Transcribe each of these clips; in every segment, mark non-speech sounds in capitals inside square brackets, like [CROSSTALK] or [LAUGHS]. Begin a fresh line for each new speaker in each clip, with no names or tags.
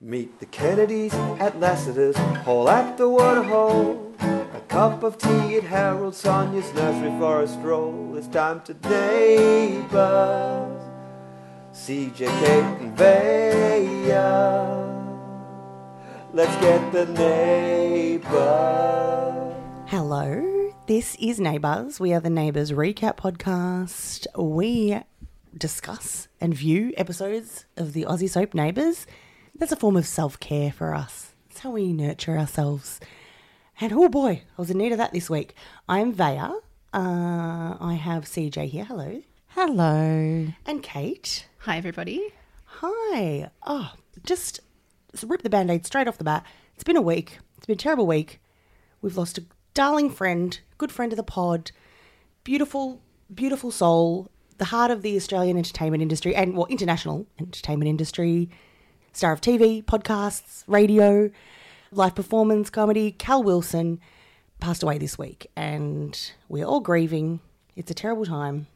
Meet the Kennedys at Lassiter's Hall at the Waterhole. A cup of tea at Harold Sonia's nursery for a stroll. It's time to neighbors. CJ, Kate, and Vaya. Let's get the neighbors.
Hello, this is Neighbours. We are the Neighbours Recap Podcast. We discuss and view episodes of the Aussie soap Neighbours. That's a form of self care for us, it's how we nurture ourselves. And oh boy, I was in need of that this week. I'm Vaya. Uh, I have CJ here. Hello.
Hello.
And Kate.
Hi, everybody.
Hi. Oh, just rip the band aid straight off the bat. It's been a week. It's been a terrible week. We've lost a darling friend, good friend of the pod, beautiful, beautiful soul, the heart of the Australian entertainment industry and, well, international entertainment industry, star of TV, podcasts, radio, live performance, comedy. Cal Wilson passed away this week, and we're all grieving. It's a terrible time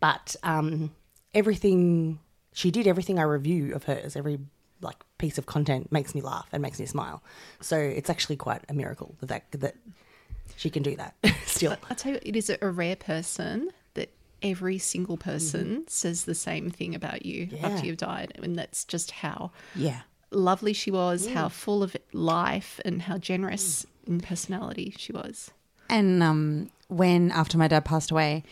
but um, everything she did, everything I review of hers, every like piece of content makes me laugh and makes me smile. So it's actually quite a miracle that that, that she can do that [LAUGHS] still.
I tell you, it is a rare person that every single person says the same thing about you
Yeah.
after you've died, and that's just how
Yeah.
lovely she was, how full of life, and how generous in personality she was.
And um, when after my dad passed away,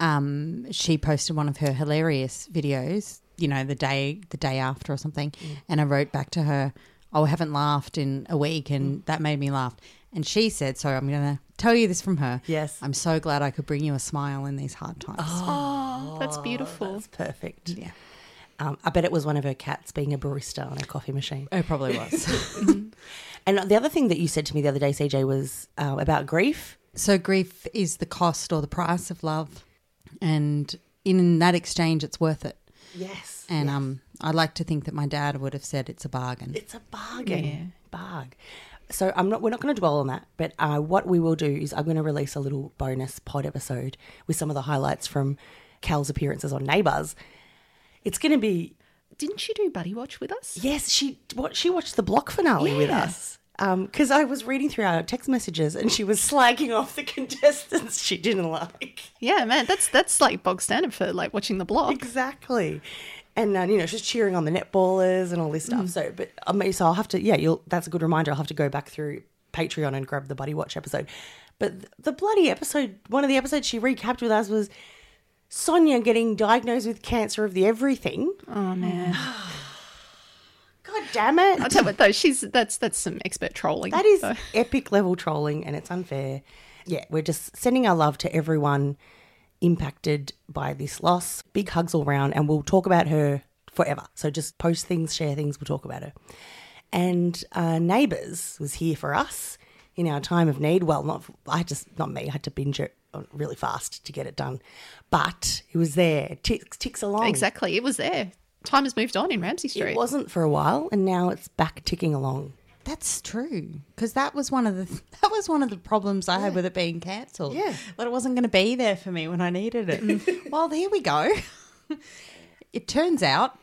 um, she posted one of her hilarious videos. You know, the day the day after or something, and I wrote back to her, "Oh, I haven't laughed in a week, and that made me laugh." And she said, "So I'm going to tell you this from her.
Yes.
I'm so glad I could bring you a smile in these hard times.
Oh, that's beautiful.
It's perfect.
Yeah,
Um, I bet it was one of her cats being a barista on a coffee machine.
it probably was.
And the other thing that you said to me the other day, CJ, was uh, about grief.
[LAUGHS] So grief is the cost or the price of love, and in that exchange, it's worth it.
Yes.
And um, I like to think that my dad would have said it's a bargain.
It's a bargain. Barg. So I'm not. We're not going to dwell on that. But uh, what we will do is I'm going to release a little bonus pod episode with some of the highlights from Cal's appearances on Neighbours. It's going to be
Didn't she do Buddy Watch with us?
yes. She what she watched the block finale with
Yeah.
us. Because I was reading through our text messages and she was [LAUGHS] slagging off the contestants she didn't like.
Yeah, man, that's that's like bog standard for like watching the blog.
Exactly. And uh, you know, she's cheering on the netballers and all this stuff. So, but I mean, so I'll have to. Yeah, you'll. That's a good reminder. I'll have to go back through Patreon and grab the Buddy Watch episode. But th- the bloody episode, one of the episodes she recapped with us was Sonia getting diagnosed with cancer of the everything.
Oh man,
God damn it!
I tell you what though, she's that's that's some expert trolling.
That
[LAUGHS]
is
though.
epic level trolling and it's unfair. Yeah, we're just sending our love to everyone impacted by this loss. Big hugs all round and we'll talk about her forever. So just post things, share things, we'll talk about her. And uh, Neighbours was here for us in our time of need. Well, not I just not me. I had to binge it on- really fast to get it done, but it was there. It ticks, ticks along.
exactly. It was there. Time has moved on in Ramsey Street.
It wasn't for a while, and now it's back ticking along.
That's true because that was one of the [LAUGHS] that was one of the problems I had with it being cancelled.
Yeah.
but it wasn't going to be there for me when I needed it. Mm. well, there we go. [LAUGHS] it turns out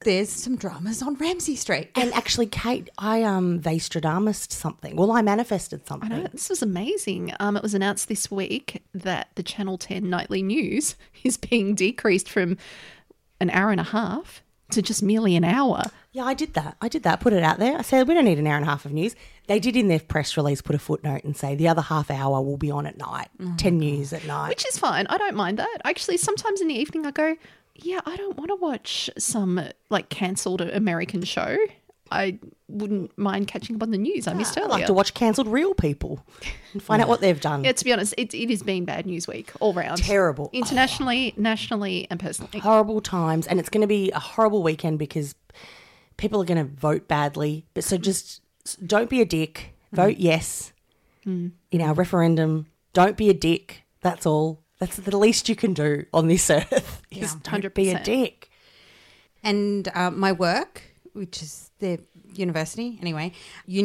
there's some dramas on Ramsey Street.
And actually, Kate, I um Vastradamused something. Well, I manifested
I know
something.
this was amazing. Um, it was announced this week that the Channel 10 nightly news [LAUGHS] is being decreased from an hour and a half to just merely an hour.
Yeah, I did that. I did that. Put it out there. I said we don't need an hour and a half of news. They did in their press release put a footnote and say the other half hour will be on at night, ten news at night.
Mm. which is fine. I don't mind that. Actually, sometimes in the evening I go, yeah, I don't want to watch some uh, like cancelled American show. I wouldn't mind catching up on the news. I missed
I
earlier.
like to watch cancelled real people and find out what they've done.
yeah, to be honest, it, it has been bad news week all round.
Terrible. Oh.
Internationally, nationally, and personally.
horrible times, and it's going to be a horrible weekend because people are going to vote badly. But so just s- don't be a dick. Vote yes in our referendum. Don't be a dick. That's all. That's the least you can do on this [LAUGHS] earth. Is don't be a
100%.
dick.
And uh, my work, which is the university anyway, E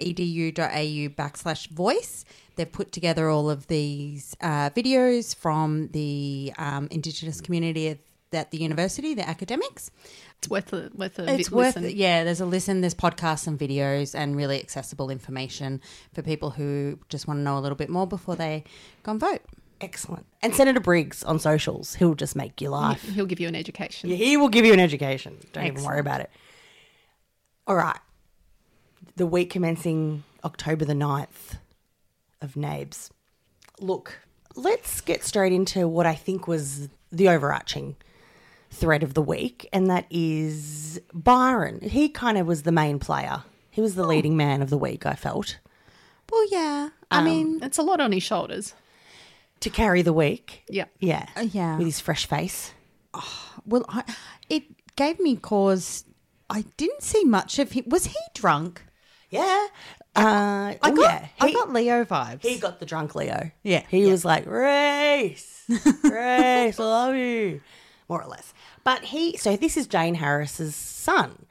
unimel.edu.au backslash voice. They've put together all of these uh, videos from the um, Indigenous community of at the university, the academics.
It's worth a, worth a
It's
vi-
worth
listen.
it. Yeah, there's a listen. There's podcasts and videos and really accessible information for people who just want to know a little bit more before they go and vote.
Excellent. And Senator Briggs on socials, he'll just make your life.
He'll give you an education.
Yeah, he will give you an education. Don't even worry about it. All right. The week commencing October the 9th of NABES. Look, let's get straight into what I think was the overarching thread of the week, and that is Byron. He kind of was the main player. He was
Oh.
the leading man of the week, I felt.
Well, yeah. I mean,
It's a lot on his shoulders.
To carry the week.
Yeah.
Yeah.
yeah.
With his fresh face.
well, I, it gave me cause. I didn't see much of him. Was he drunk?
Yeah. Uh,
I
oh,
got,
yeah.
I
He-
got Leo vibes.
He got the drunk Leo.
Yeah,
He
yeah.
was like,
[LAUGHS]
Race, Race, I love you. More or less. But he, so this is Jane Harris's son.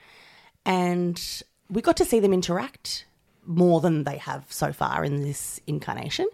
And we got to see them interact more than they have so far in this incarnation.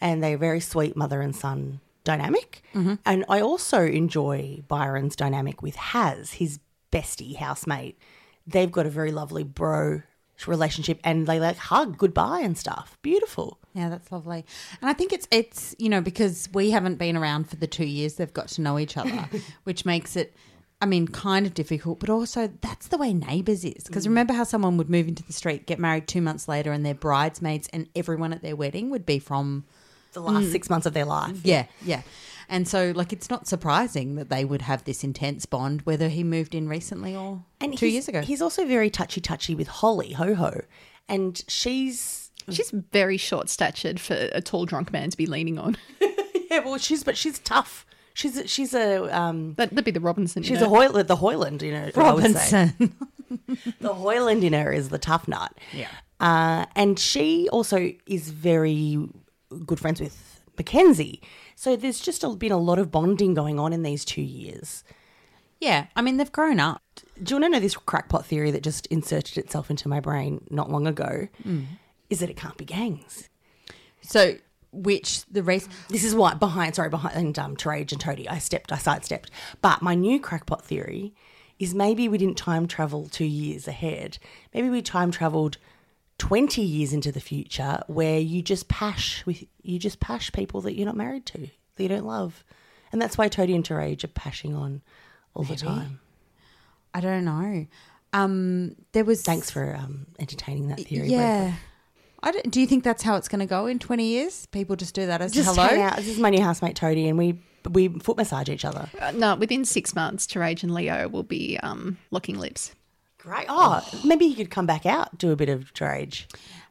And they're very sweet mother and son dynamic.
Mm-hmm.
And I also enjoy Byron's dynamic with Haz, his bestie housemate. They've got a very lovely bro relationship and they like hug goodbye and stuff. Beautiful.
Yeah, that's lovely. And I think it's it's you know because we haven't been around for the two years they've got to know
[LAUGHS]
each other, which makes it. I mean, kind of difficult, but also that's the way neighbours is. Because
Mm.
remember how someone would move into the street, get married two months later, and their bridesmaids and everyone at their wedding would be from
the last
Mm.
six months of their life.
yeah, yeah. And so, like, it's not surprising that they would have this intense bond, whether he moved in recently or two
he's-
years ago.
He's also very touchy touchy with Holly, ho ho. And she's [LAUGHS]
She's very short statured for a tall drunk man to be leaning on. [LAUGHS]
yeah, well she's but she's tough. She's a, she's a um
That, that'd be the Robinson.
she's
you
a
know.
Hoyland the Hoyland, you know. I would say. The Hoyland in her is the tough nut.
Yeah.
Uh, and she also is very good friends with Mackenzie. So there's just a, been a lot of bonding going on in these two years.
[LAUGHS] yeah, I mean, they've grown up.
Do you want to know this crackpot theory that just inserted itself into my brain not long ago?
Mm.
Is that it can't be gangs.
So, which the race.
This is why behind sorry behind um, Terrage and Toadie, I stepped, I sidestepped. But my new crackpot theory is maybe we didn't time travel two years ahead. Maybe we time traveled twenty years into the future, where you just pash with you just pash people that you're not married to, that you don't love, and that's why Toadie and Terrage are pashing on all the time.
I don't know. Um, there was
Thanks for um, entertaining that theory. Brent.
yeah. I don't, do you think that's how it's going to go in twenty years? People just do that as
just
hello.
hang out. This is my new housemate Toadie, and we we foot massage each other.
Uh, no, within six months, Terrage and Leo will be um, locking lips. [LAUGHS]
Great. Oh, maybe he could come back out, do a bit of drage,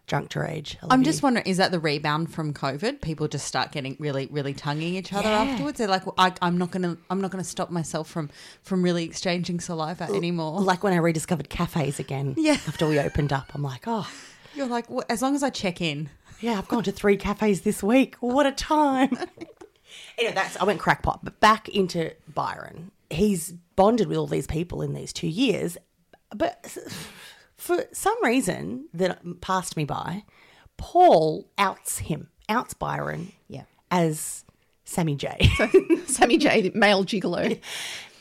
drunk drage. I love
I'm
you.
just wondering, is that the rebound from COVID? People just start getting really, really tonguing each other
Yeah.
afterwards. They're like, well, I, I'm not gonna, I'm not gonna stop myself from from really exchanging saliva anymore.
like when I rediscovered cafes again.
Yeah.
After we opened up, I'm like, oh,
You're like, well, as long as I check in.
yeah, I've gone to three cafes this week. What a [LAUGHS] time. anyway, that's I went crackpot, but back into Byron. He's bonded with all these people in these two years, but s- for some reason that passed me by, Paul outs him, outs Byron,
Yeah.
as Sammy J. [LAUGHS]
Sammy J, male gigolo.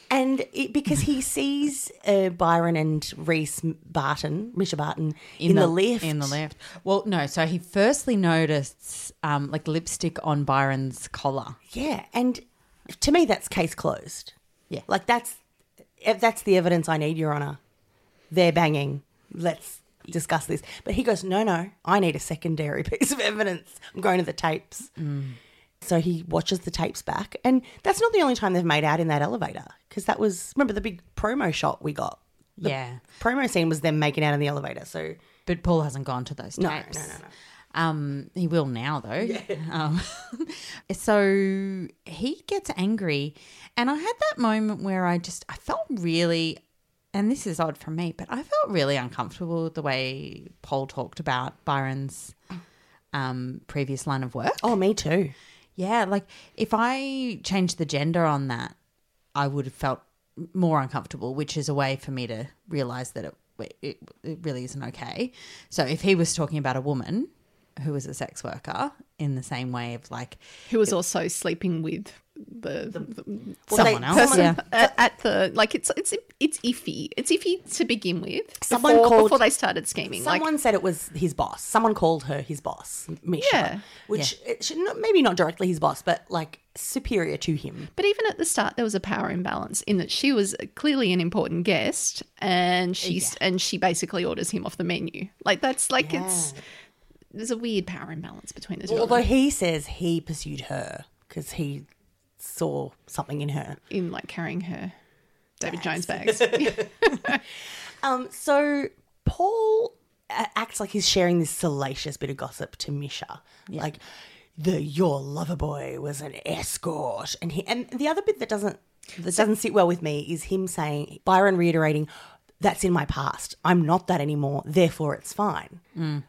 And it, because he sees uh, Byron and Reese Barton, Misha Barton, in, the, lift.
In the lift. Well, no. So he firstly noticed um, like lipstick on Byron's collar.
Yeah. And to me, that's case closed.
Yeah.
Like, that's if that's the evidence I need, Your Honour. They're banging. Let's discuss this. But he goes, no, no, I need a secondary [LAUGHS] piece of evidence. I'm going to the tapes.
Mm.
So he watches the tapes back. And that's not the only time they've made out in that elevator. Because that was, remember the big promo shot we got? The
yeah.
promo scene was them making out in the elevator. So
But Paul hasn't gone to those
No,
tapes.
no, no, no.
Um, he will now though. Um, [LAUGHS] so he gets angry, and I had that moment where I just I felt really, and this is odd for me, but I felt really uncomfortable with the way Paul talked about Byron's um, previous line of work.
oh, me too.
Yeah, like if I changed the gender on that, I would have felt more uncomfortable, which is a way for me to realize that it it, it really isn't okay. So if he was talking about a woman who was a sex worker in the same way of like
who was also sleeping with the, the-
Well, they-
some-
Someone else.
person
Yeah.
at, at the like it's it's it's iffy. It's iffy to begin with.
Someone
before,
called-
before they started scheming.
Someone said it was his boss. Someone called her his boss, Misha.
Yeah.
Which it should not, maybe not directly his boss, but like superior to him.
But even at the start, there was a power imbalance in that she was clearly an important guest,
Uh,
and she and she basically orders him off the menu. Like that's like it's there's a weird power imbalance between the two. of
Although
them
he says he pursued her because he saw something in her.
in like carrying her David Jones bags.
[LAUGHS]
Um, so Paul a- acts like he's sharing this salacious bit of gossip to Misha, like the your lover boy was an escort, and he and the other bit that doesn't that doesn't sit well with me is him saying Byron reiterating, "That's in my past. I'm not that anymore. Therefore, it's fine."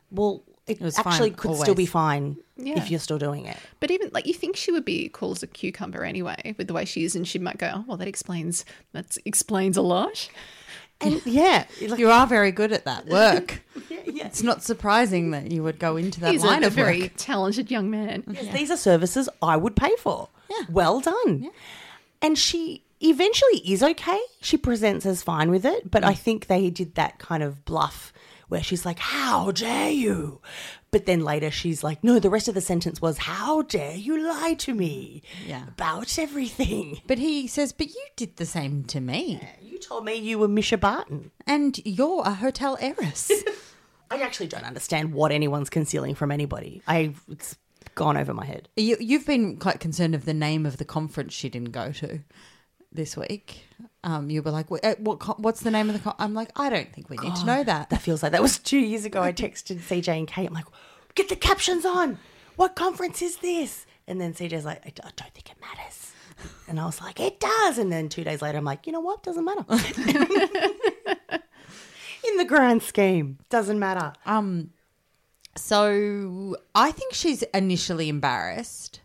Well, it,
was
actually
fine,
could still be
always.
fine
Yeah.
if you're still doing it.
But even like you think she would be cool as a cucumber anyway, with the way she is, and she might go, "Oh well, that explains that explains a lot."
And [LAUGHS] yeah, like,
You are very good at that
[LAUGHS]
work.
yeah.
It's not surprising that you would go into that
He's a,
line
a
of
very
work.
talented young man.
Yes, These are services I would pay for.
Yeah.
Well done. And she eventually is okay. She presents as fine with it, but I
Mm.
think they did that kind of bluff where she's like, How dare you? But then later she's like, No, the rest of the sentence was, How dare you lie to me
Yeah.
about everything?
But he says, "But you did the same to me,
You told me you were Misha Barton.
and you're a hotel heiress."
I actually don't understand what anyone's concealing from anybody. I it's gone over my head.
you, you've been quite concerned of the name of the conference she didn't go to this week. Um, you were like, "Wh- uh, "What? co- What's the name of the?" Con-? I'm like, "I don't think we need to know that."
That feels like that was two years ago. I texted CJ and Kate. I'm like, get the captions on. What conference is this? And then CJ's like, I d- I don't think it matters. And I was like, it does. And then two days later, I'm like, you know what? Doesn't matter. In the grand scheme, doesn't matter.
So I think she's initially embarrassed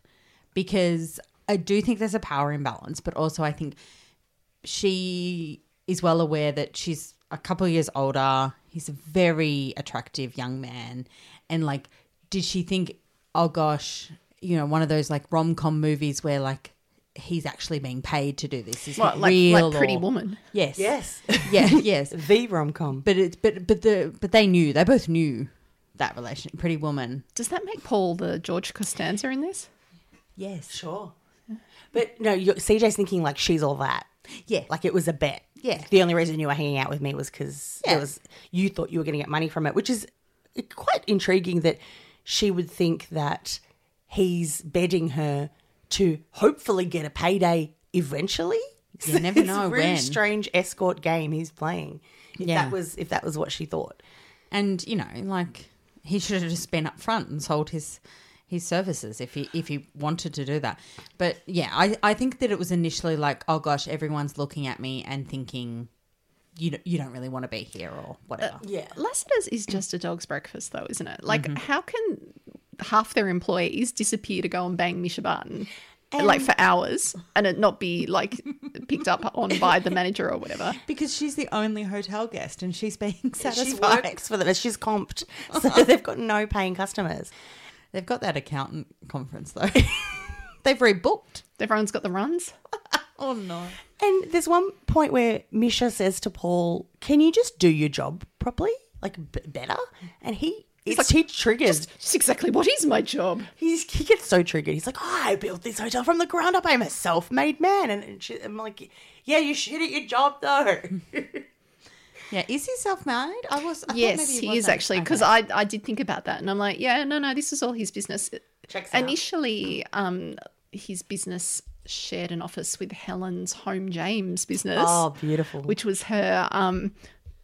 because I do think there's a power imbalance, but also I think she is well aware that she's a couple of years older. He's a very attractive young man. And like, did she think, oh gosh, you know, one of those like rom com movies where like he's actually being paid to do this? Is
What,
not
like- like
real
Pretty
or-
Woman?
Yes.
yes.
[LAUGHS] Yeah, yes
the rom com.
but it's but but the but they knew they both knew that relation pretty woman
Does that make Paul the George Costanza in this?
yes
Sure. But no, you're, CJ's thinking like she's all that.
yeah like
Like it was a bet.
Yeah.
The only reason you were hanging out with me was because
Yeah.
was you thought you were going to get money from it, which is eh, quite intriguing that she would think that he's bedding her to hopefully get a payday eventually.
You
[LAUGHS]
never
It's
know
a really
when.
strange escort game he's playing. If
Yeah.
that was if that was what she thought.
and you know like he should have just been up front and sold his his services if he if he wanted to do that but yeah i i think that it was initially like oh gosh everyone's looking at me and thinking you don't, you don't really want to be here or whatever
Yeah.
Lassiter's is just a dog's breakfast, though, isn't it? Like, how can half their employees disappear to go and bang Misha Barton, like for hours, and it not be like picked up on by the manager or whatever?
because she's the only hotel guest and she's being
She works [LAUGHS] for them. She's
[LAUGHS]
comped, so they've got no paying customers.
they've got that accountant conference though [LAUGHS] they've rebooked
Everyone's got the runs.
oh no
And there's one point where Misha says to Paul, "Can you just do your job properly, like b- better?" And he it's,
like,
he triggers.
Just exactly what is my job?
He's, he gets so triggered. He's like, "Oh, "I built this hotel from the ground up. I'm a self-made man." And, and she, I'm like, "Yeah, you shit at your job though."
Yeah, is he self-made? I was. I thought
Yes,
maybe
he,
he,
is
wasn't.
actually because
Okay.
I I did think about that, and I'm like, yeah, no, no, this is all his business.
Checks out.
Initially, um, his business shared an office with Helen's home James business.
Oh, beautiful.
Which was her um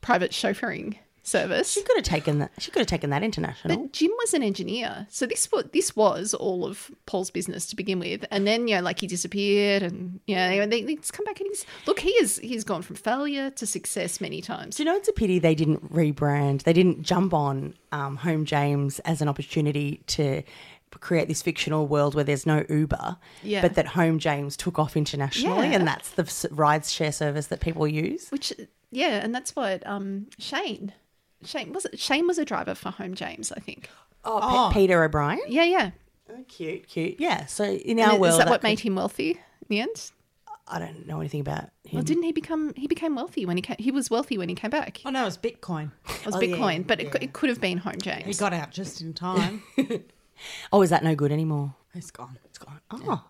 private chauffeuring service.
she could have taken that. She could have taken that international.
But Jim was an engineer, so this was this was all of Paul's business to begin with, and then you know, like he disappeared, and yeah, you know, they, they just come back and he's look, he is he's gone from failure to success many times.
Do you know it's a pity they didn't rebrand? They didn't jump on um, Home James as an opportunity to create this fictional world where there's no Uber,
Yeah.
but that Home James took off internationally,
Yeah.
and that's the s- rides share service that people use.
Which yeah, and that's what um Shane, Shane was it Shane was a driver for Home James, I think.
Oh, Pe- Peter O'Brien,
Yeah, yeah.
oh, cute, cute, yeah. So in
And
our
is
world,
that, what
could-
made him wealthy? the end?
I don't know anything about him.
Well, didn't he become he became wealthy when he came, he was wealthy when he came back?
Oh no, it's Bitcoin.
It was
Oh, yeah,
Bitcoin, but it, cou- it could have been home, James.
He got out just in [LAUGHS] time.
Oh, is that no good anymore?
it's gone.
It's gone. Oh.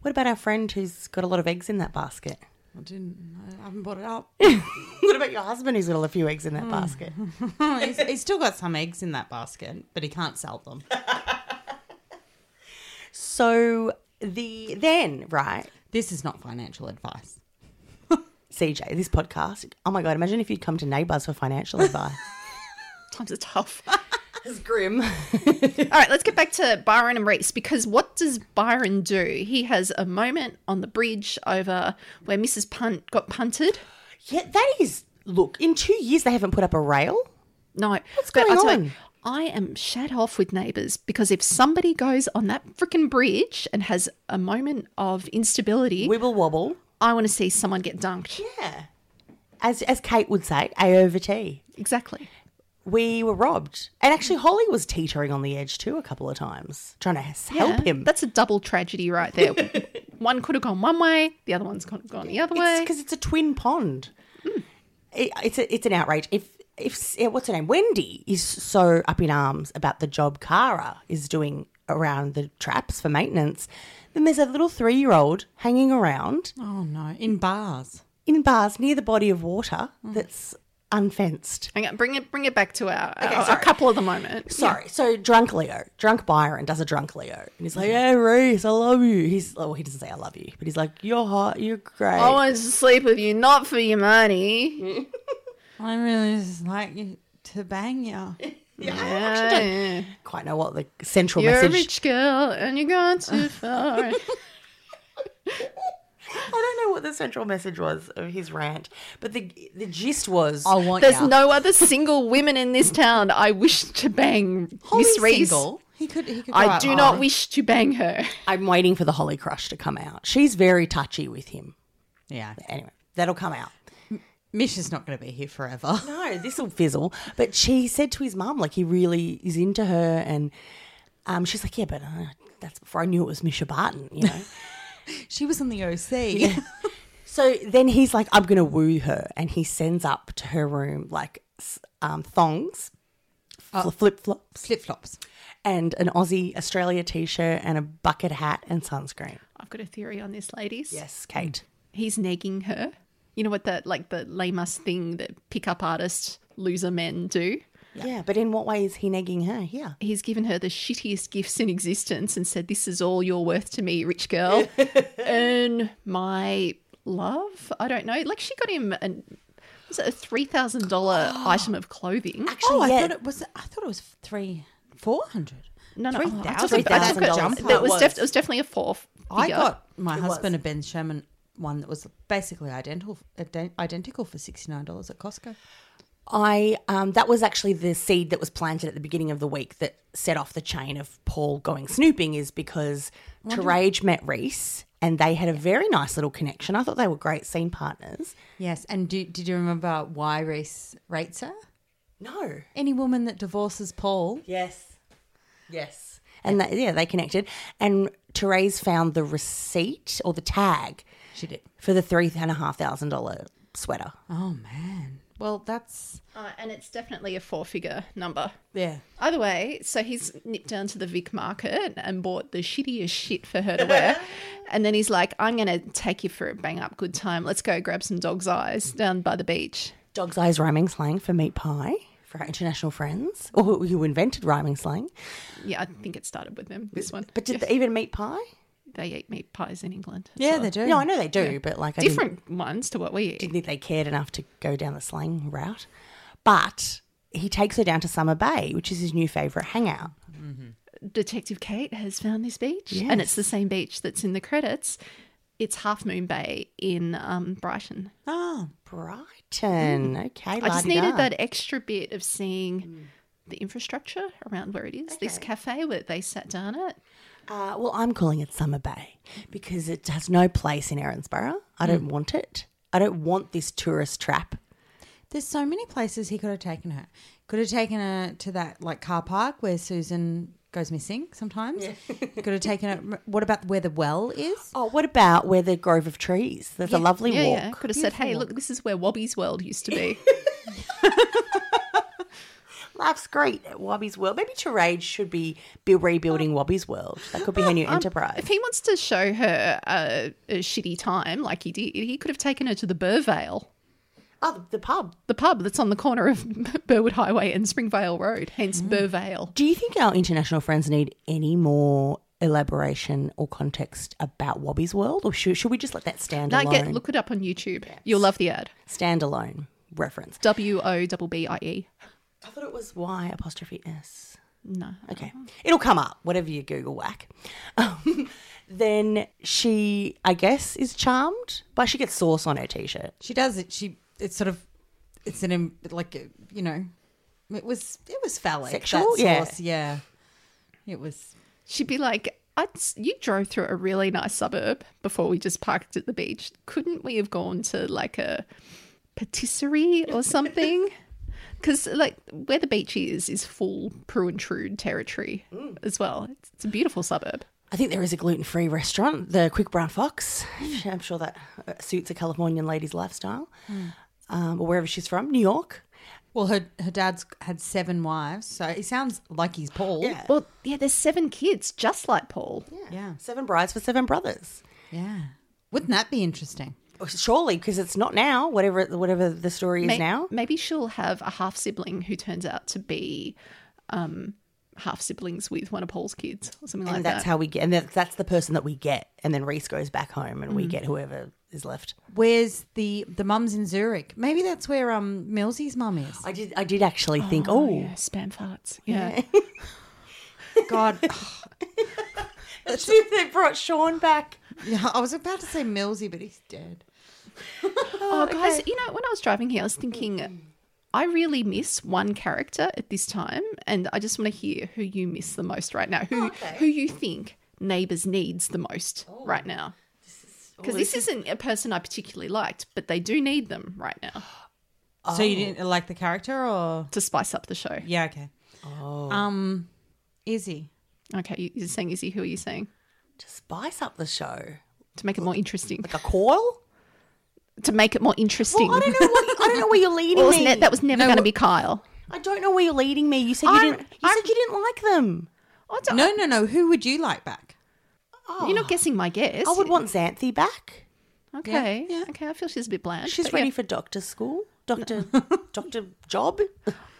What about our friend who's got a lot of eggs in that basket? [LAUGHS]
I didn't. I haven't bought it up. [LAUGHS]
What about your husband who's got a few eggs in that
Hmm.
basket?
he's, he's still got some eggs in that basket, but he can't sell them.
So the then, right,
This is not financial advice.
CJ, this podcast. Oh my god, imagine if you'd come to neighbours for financial advice.
Times are tough. [LAUGHS]
it's grim.
All right, let's get back to Byron and Reese because what does Byron do? He has a moment on the bridge over where Mrs. Punt got punted.
Yeah, that is look, in two years they haven't put up a rail.
No, what's
going
I tell
on?
You, I am shat off with neighbours because if somebody goes on that freaking bridge and has a moment of instability,
Wibble wobble.
I want to see someone get dunked.
Yeah. As as Kate would say, A over T.
Exactly.
We were robbed. And actually Holly was teetering on the edge too a couple of times, trying to help
Yeah,
him.
That's a double tragedy right there. [LAUGHS] one could have gone one way, the other one's gone, gone the other way.
because it's a twin pond. It, it's a, it's an outrage. If if yeah, what's her name, Wendy is so up in arms about the job Cara is doing around the traps for maintenance, then there's a little three year old hanging around
Oh no, in bars.
in bars near the body of water that's unfenced.
Hang on, bring it, bring it back to our, our, our couple of the moment.
Sorry, so drunk Leo, drunk Byron does a drunk Leo, and he's like, "Hey Reese, I love you." He's oh, he doesn't say I love you, but he's like, "You're hot, you're great."
Oh, I wanted to sleep with you, not for your money.
I really just like you to bang you.
Yeah.
quite know what the central
You're a
message.
rich girl and you're going too [LAUGHS] far.
I don't know what the central message was of his rant, but the the gist was
I want
There's
ya.
no other single women in this town I wish to bang.
Holly's
Miss Reese.
single. He could. He could. go
I
out
do not
on.
wish to bang her.
I'm waiting for the Holly Crush to come out. She's very touchy with him.
Yeah,
Anyway, that'll come out.
Mish is not going to be here forever. [LAUGHS]
No, this will fizzle. But she said to his mum, like he really is into her, and um, she's like, yeah, but uh, that's before I knew it was Misha Barton, you [LAUGHS] know.
She was on the OC.
So then he's like, I'm going to woo her. And he sends up to her room like s- um, thongs, flip flops,
Flip flops.
and an Aussie Australia t shirt, and a bucket hat, and sunscreen.
I've got a theory on this, ladies.
Yes, Kate.
He's negging her. You know what that like the lamest thing that pickup artist loser men do?
Yeah. but in what way is he negging her? Yeah.
He's given her the shittiest gifts in existence and said, This is all you're worth to me, rich girl. [LAUGHS] Earn my love. I don't know. Like she got him an was it a three thousand [GASPS] dollar item of clothing?
oh, I
yeah.
thought it was. I thought it was three, four hundred.
No, no,
$3,000.
I took a- I took a-
$3,000.
That was, def- it was definitely a four.
I
figure.
got my husband a Ben Sherman one that was basically identical, ident- identical for sixty nine dollars at Costco.
I um, that was actually the seed that was planted at the beginning of the week that set off the chain of Paul going snooping is because Terage met Reese and they had a very nice little connection. I thought they were great scene partners.
Yes, and do, did you remember why Reese rates her?
No.
Any woman that divorces Paul,
Yes. Yes. And that, yeah, they connected. And Therese found the receipt or the tag
she did.
for the three and a half thousand dollar sweater.
Oh man. Well, that's
Uh, and it's definitely a four figure number.
yeah.
Either way, so he's nipped down to the Vic market and bought the shittiest shit for her to [LAUGHS] wear. and then he's like, I'm going to take you for a bang up good time. Let's go grab some dog's eyes down by the beach.
Dog's eyes rhyming slang for meat pie for our international friends, or who- who invented rhyming slang.
Yeah, I think it started with them, this one.
But did they even meat pie?
They eat meat pies in England.
Yeah, they do.
No, I know they do, but like I didn't-
Different ones to what we
didn't
eat.
think they cared enough to go down the slang route. But he takes her down to Summer Bay, which is his new favorite hangout.
Detective Kate has found this beach, and it's the same beach that's in the credits. It's Half Moon Bay in um, Brighton.
Oh,
Brighton, okay.
Ah. Hmm. I just
la-di-da.
needed that extra bit of seeing the infrastructure around where it is. This cafe where they sat down at.
Uh, well, I'm calling it Summer Bay because it has no place in Erinsborough. I don't
Hmm.
want it. I don't want this tourist trap.
there's so many places he could have taken her. Could have taken her to that like car park where Susan goes missing sometimes. You've got to take it. What about where the well is?
Oh, what about where the grove of trees? There's a lovely
yeah,
walk.
yeah. Could have said, hey, look, this is where Wobby's World used
[LAUGHS]
to be.
Life's great at Wobby's World. Maybe Charade should be, be rebuilding Wobby's World. That could be her new enterprise.
if he wants to show her uh, a shitty time like he did, he could have taken her to the Burvale,
Oh, the, the pub.
the pub that's on the corner of [LAUGHS] Burwood Highway and Springvale Road, hence
Mm.
Burvale.
Do you think our international friends need any more elaboration or context about Wobby's World, or should, should we just let that stand
No,
alone?
get look it up on YouTube. You'll love the ad.
stand alone reference.
W O B B I E.
I thought it was Y apostrophe S. Oh.
No.
Okay. It'll come up, whatever you Google whack. Um, [LAUGHS] then she, I guess, is charmed, but she gets sauce on her t shirt.
She does it. She it's sort of it's an im- like uh, you know it was it was phallic.
Sexual?
that
Yeah.
source, yeah. It was.
She'd be like, I'd, s- you drove through a really nice suburb before we just parked at the beach. Couldn't we have gone to like a patisserie
[LAUGHS]
or something? Because like where the beach is is full Prue and Trude territory
Mm.
as well. It's, it's a beautiful suburb.
I think there is a gluten free restaurant, the Quick Brown Fox. I'm sure that uh, suits a Californian lady's lifestyle, um, or wherever she's from, New York.
Well, her her dad's had seven wives, so it sounds like he's Paul.
Yeah.
Well, yeah, there's seven kids just like Paul.
yeah,
Seven brides for seven brothers. Oh,
yeah. Wouldn't that be interesting?
Surely, because it's not now, whatever whatever the story is
May-
now.
Maybe she'll have a half sibling who turns out to be um, half siblings with one of Paul's kids or something like
And that's
that.
how we get, and that, that's the person that we get. And then Reese goes back home and we
Hmm.
get whoever is left.
Where's the the mum's in Zurich? Maybe that's where um Millsy's
[LAUGHS]
mum is.
I did I did actually think, oh,
yeah, spam farts. Yeah.
[LAUGHS]
God,
they brought Sean back.
yeah, I was about to say Millsy, but he's dead.
Oh,
[LAUGHS]
guys, you know, when I was driving here, I was thinking, I really miss one character at this time, and I just want to hear who you miss the most right now, who who you think neighbours needs the most
Oh,
right now. Because this isn't a person I particularly liked, but they do need them right now
Oh.
So you didn't like the character, or
to spice up the show.
yeah, okay. Oh, um, Izzy.
Okay, you- you're saying Izzy, who are you saying?
To spice up the show.
To make it more interesting.
Like a
[LAUGHS]
coil?
To make [LAUGHS] it more interesting.
I don't know what, I don't know where you're leading
Or wasn't
me.
it- that was never going to be Kyle.
I don't know where you're leading me. You said you
I'm-
didn't you said you didn't like them.
I don't,
No, no, no. Who would you like back?
You're not guessing my guess.
I would want Xanthi back.
Okay.
yeah.
Okay. I feel she's a bit bland.
She's
but yeah.
ready for doctor school. Doctor [LAUGHS] Doctor Job.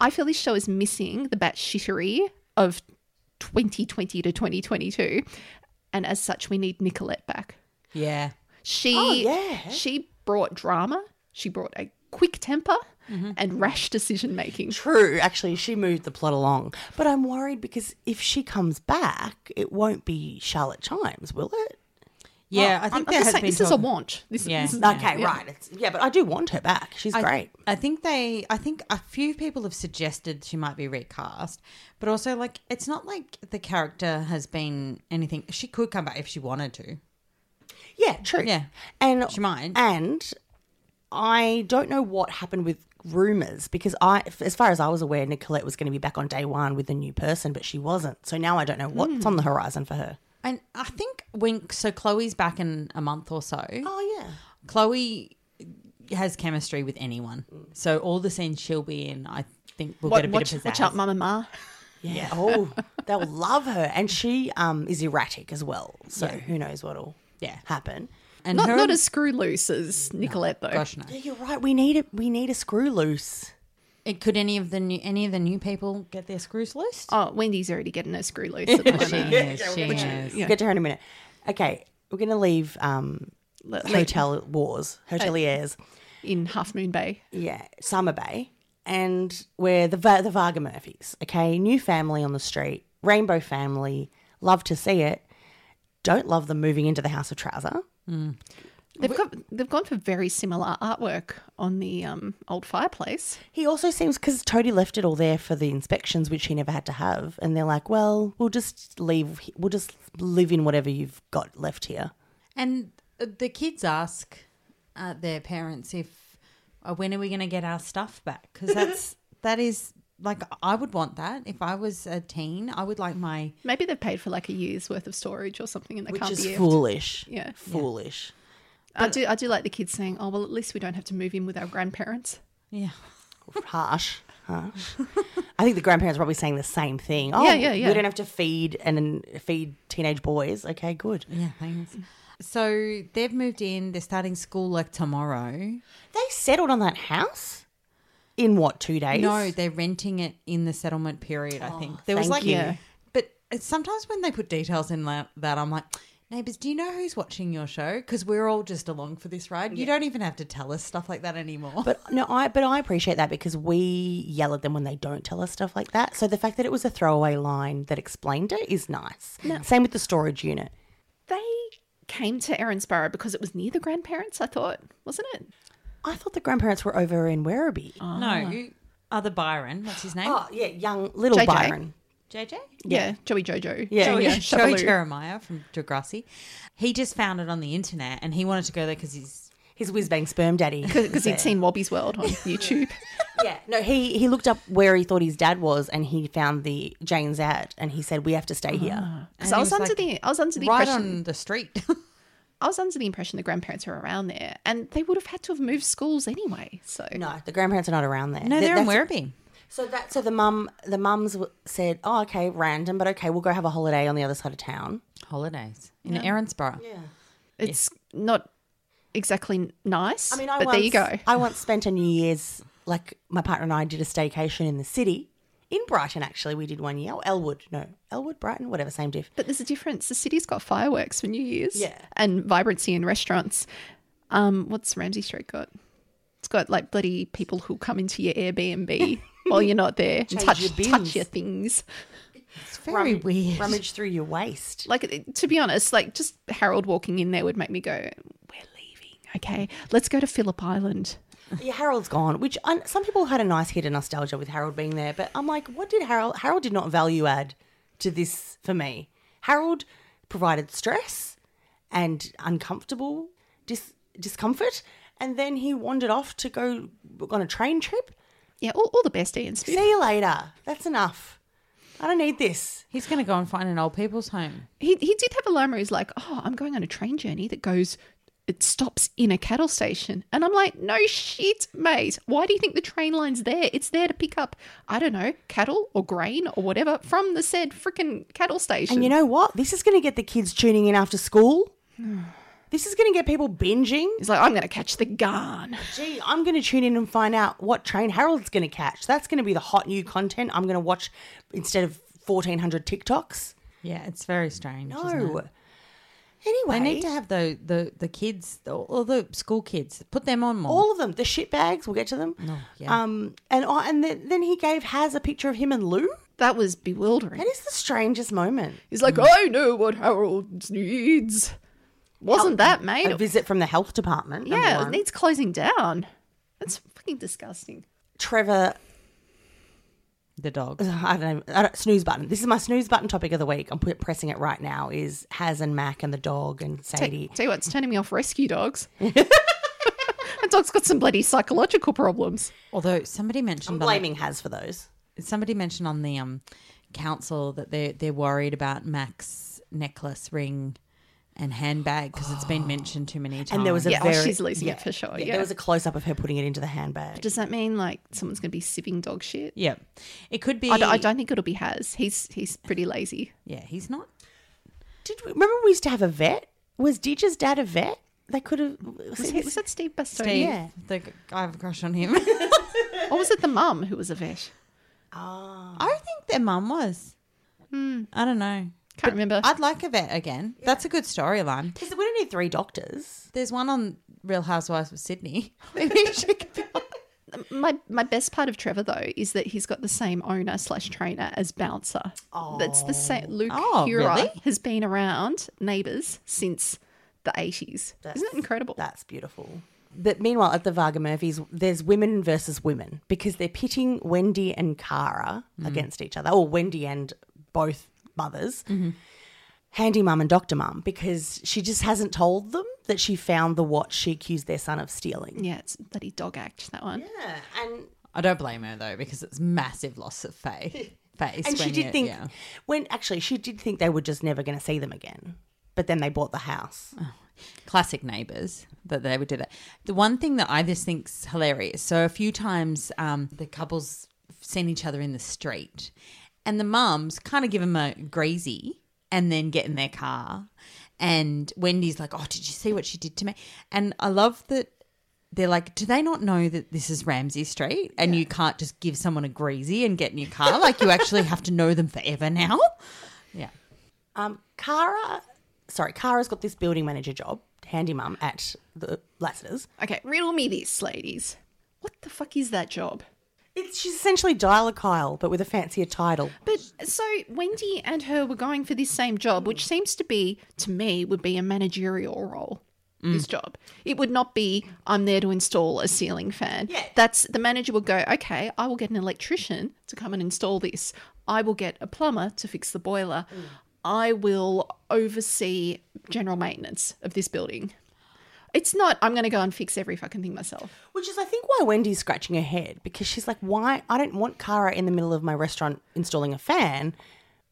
I feel this show is missing the batshittery of 2020 to 2022. And as such, we need Nicolette back.
Yeah.
She,
Oh, yeah.
she brought drama, she brought a quick temper
Mm-hmm.
and rash decision making.
True, actually, she moved the plot along. But I'm worried because if she comes back, it won't be Charlotte Chimes, will it?
Yeah, I think
I'm
there
just
has
saying,
been
this is a
talk-
want. This,
Yeah.
this is,
Okay, right. It's, yeah, but I do want her back. She's
I-
great.
I think they. I think a few people have suggested she might be recast, but also like it's not like the character has been anything. She could come back if she wanted to.
Yeah, true.
Yeah.
and
She might.
And I don't know what happened with rumors because I, as far as I was aware, Nicolette was going to be back on day one with a new person, but she wasn't. So now I don't know what's on the horizon for her.
And I think when so Chloe's back in a month or so.
Oh yeah,
Chloe has chemistry with anyone, so all the scenes she'll be in, I think, will
Wa-
get a bit
watch,
of pizzazz.
watch out, Mum and Ma.
yeah. Oh, they'll love her, and she um is erratic as well. So who knows what'll
Yeah.
happen.
And
Not,
her
not
and-
as screw loose as Nicolette, though.
gosh no.
Yeah, you're right. We need it. We need a screw loose.
It, could any of the new any of the new people get their screws loose?
Oh, Wendy's already getting her screw
[LAUGHS]
loose at the moment.
Yes, Oh, she has.
We'll get to her in a minute. Okay, we're gonna leave um
Le- le-
hotel wars, hoteliers.
in Half Moon Bay.
yeah, Summer Bay, and we're the Va- the Varga Murphys. Okay, new family on the street, rainbow family. Love to see it. Don't love them moving into the house of Trouser.
They've got they've gone for very similar artwork on the um, old fireplace.
He also seems because Toadie left it all there for the inspections, which he never had to have, and they're like, "Well, we'll just leave. he- We'll just live in whatever you've got left here."
And the kids ask uh, their parents if uh, when are we going to get our stuff back because that's that is like I would want that if I was a teen. I would like my
Maybe they've paid for like a year's worth of storage or something and they
which
can't
is
be. effed.
foolish.
Yeah.
foolish.
I do I do like the kids saying, Oh well at least we don't have to move in with our grandparents.
yeah.
Harsh, harsh. [LAUGHS] I think the grandparents are probably saying the same thing. Oh,
Yeah, yeah, yeah.
We don't have to feed and feed teenage boys. Okay, good.
Yeah, thanks. So they've moved in. They're starting school like tomorrow.
They settled on that house in what two days?
No, they're renting it in the settlement period. I think Oh, there was
thank
like,
you.
Yeah.
But it's sometimes when they put details in like that, I'm like, neighbors, do you know who's watching your show? Because we're all just along for this ride. You don't even have to tell us stuff like that anymore.
But no, I but I appreciate that because we yell at them when they don't tell us stuff like that. So the fact that it was a throwaway line that explained it is nice. Same with the storage unit.
They came to Erinsborough because it was near the grandparents, I thought, wasn't it?
I thought the grandparents were over in Werribee.
Oh. Ah. no, other Byron, what's his name?
Oh yeah, young little
JJ.
Byron.
JJ.
Yeah, Joey Jojo.
Yeah.
Junior,
Joey-
[LAUGHS] Joey
Shuffaloo.
Jeremiah from Degrassi. He just found it on the internet and he wanted to go there because he's
His whiz bang sperm daddy.
because he'd seen Wobby's World on YouTube.
yeah, no, he he looked up where he thought his dad was, and he found the Jane's ad, and he said we have to stay here.
Because
And
I
he
was,
was
under
like,
the I was under the
right
impression
on the street.
I was under the impression the grandparents were around there, and they would have had to have moved schools anyway. So
No, the grandparents are not around there.
[LAUGHS] no,
Th-
they're in
that's-
Werribee.
So that so the mum the mums w- said, oh okay, random, but okay, we'll go have a holiday on the other side of town.
Holidays in Erinsborough.
Yeah.
it's not exactly nice.
I mean, I
but
once,
there you go.
I once spent a New Year's like my partner and I did a staycation in the city, in Brighton. Actually, we did one year. Oh, Elwood, no, Elwood, Brighton, whatever, same diff.
But there's a difference. The city's got fireworks for New Year's,
Yeah.
and vibrancy in restaurants. Um, what's Ramsey Street got? It's got like bloody people who come into
[LAUGHS]
your Airbnb while you're not there, and touch
your bins.
touch your things.
It's very
Rummage-
weird.
Rummage through your waist.
Like it- to be honest, like just Harold walking in there would make me go, "We're leaving, okay? Let's go to Phillip Island."
Yeah, Harold's gone. Which I, some people had a nice hit of nostalgia with Harold being there, but I'm like, what did Harold? Harold did not value add to this for me. Harold provided stress and uncomfortable dis- discomfort, and then he wandered off to go on a train trip.
Yeah, all, all the best, Ian Smith.
See you later. That's enough. I don't need this.
He's going to go and find an old people's home.
He, he did have a line where he's like, Oh, I'm going on a train journey that goes, it stops in a cattle station. And I'm like, No shit, mate. Why do you think the train line's there? It's there to pick up, I don't know, cattle or grain or whatever from the said freaking cattle station.
And you know what? This is going to get the kids tuning in after [SIGHS] school. This is going to get people binging.
he's like, I'm going to catch the garn.
Gee, I'm going to tune in and find out what train Harold's going to catch. That's going to be the hot new content I'm going to watch instead of 1,400 TikToks.
Yeah, it's very strange. isn't
No.
it?
Anyway,
They need to have the, the, the kids, the, all the school kids, put them on more.
all of them. The shit bags. We'll get to them.
yeah.
Um, and I and then, then he gave Haz a picture of him and Lou.
That was bewildering.
That is the strangest moment.
He's like,
Mm.
I know what Harold needs. Wasn't that, mate?
A visit from the health department. number
yeah, it
one.
needs closing down. That's fucking disgusting.
Trevor
the dogs.
I don't know. I don't, snooze button. This is my snooze button topic of the week. I'm put, pressing it right now. Is Haz and Mac and the dog and Sadie.
Tell you what, it's turning me off rescue dogs. [LAUGHS] that dog's got some bloody psychological problems.
Although somebody mentioned
I'm
on-
blaming Haz for those.
somebody mentioned on the um, council that they're they're worried about Mac's necklace ring and handbag because
[GASPS]
it's been mentioned too many times.
And there was a
Yeah, oh,
very,
she's losing it for sure. Yeah,
There was a close up of her putting it into the handbag.
Does that mean like someone's going to be sieving dog shit?
yeah, it could be.
I, don't, I don't think it'll be Has. He's he's pretty lazy.
Yeah, he's not.
Did we, remember we used to have a vet? Was Deej's dad a vet? They could have.
Was, he, was that Steve Bastogne?
Steve,
Yeah.
the, g- I have a crush
[LAUGHS]
on him.
Or was it the mum who was a vet?
I think their mum was.
Hmm.
I don't know.
Can't remember.
I'd like a vet again. That's a good storyline.
Because we don't need three doctors.
There's one on Real Housewives of Sydney. Maybe we should get that.
my my best part of Trevor though is that he's got the same owner slash trainer as Bouncer. That's the same. Luke
Oh,
Hura
really?
has been around Neighbours since the eighties. Isn't
That's-
that incredible?
That's beautiful. But meanwhile, at the Varga Murphys, there's women versus women because they're pitting Wendy and Cara
Mm-hmm.
against each other, or Wendy and both mothers,
Mm-hmm.
Handy Mum and Doctor Mum, because she just hasn't told them that she found the watch she accused their son of stealing.
Yeah, it's bloody dog act that one.
Yeah, and
I don't blame her though because it's massive loss
[LAUGHS]
of faith. Face
And she
when
did
you-
think
yeah.
when actually she did think they were just never going to see them again. But then they bought the house.
Uh-huh.
classic neighbors that they would do that. The one thing that I just think's hilarious. So a few times um, the couples seen each other in the street, and the mums kind of give them a greasy, and then get in their car. And Wendy's like, "Oh, did you see what she did to me?" And I love that. They're like, do they not know that this is Ramsey Street and you can't just give someone a greasy and get in your car? like, you actually have to know them forever now. Yeah.
Um, Cara, sorry, Cara's got this building manager job, handy mum at the Lassiter's.
Okay, riddle me this, ladies. What the fuck is that job?
It's, she's essentially Dial a Kyle, but with a fancier title.
But so Wendy and her were going for this same job, which seems to be, to me, would be a managerial role. This job. It would not be, I'm there to install a ceiling fan. Yeah. That's the manager would go, okay, I will get an electrician to come and install this. I will get a plumber to fix the boiler. I will oversee general maintenance of this building. It's not, I'm going to go and fix every fucking thing myself.
Which is, I think, why Wendy's scratching her head because she's like, why? I don't want Cara in the middle of my restaurant installing a fan.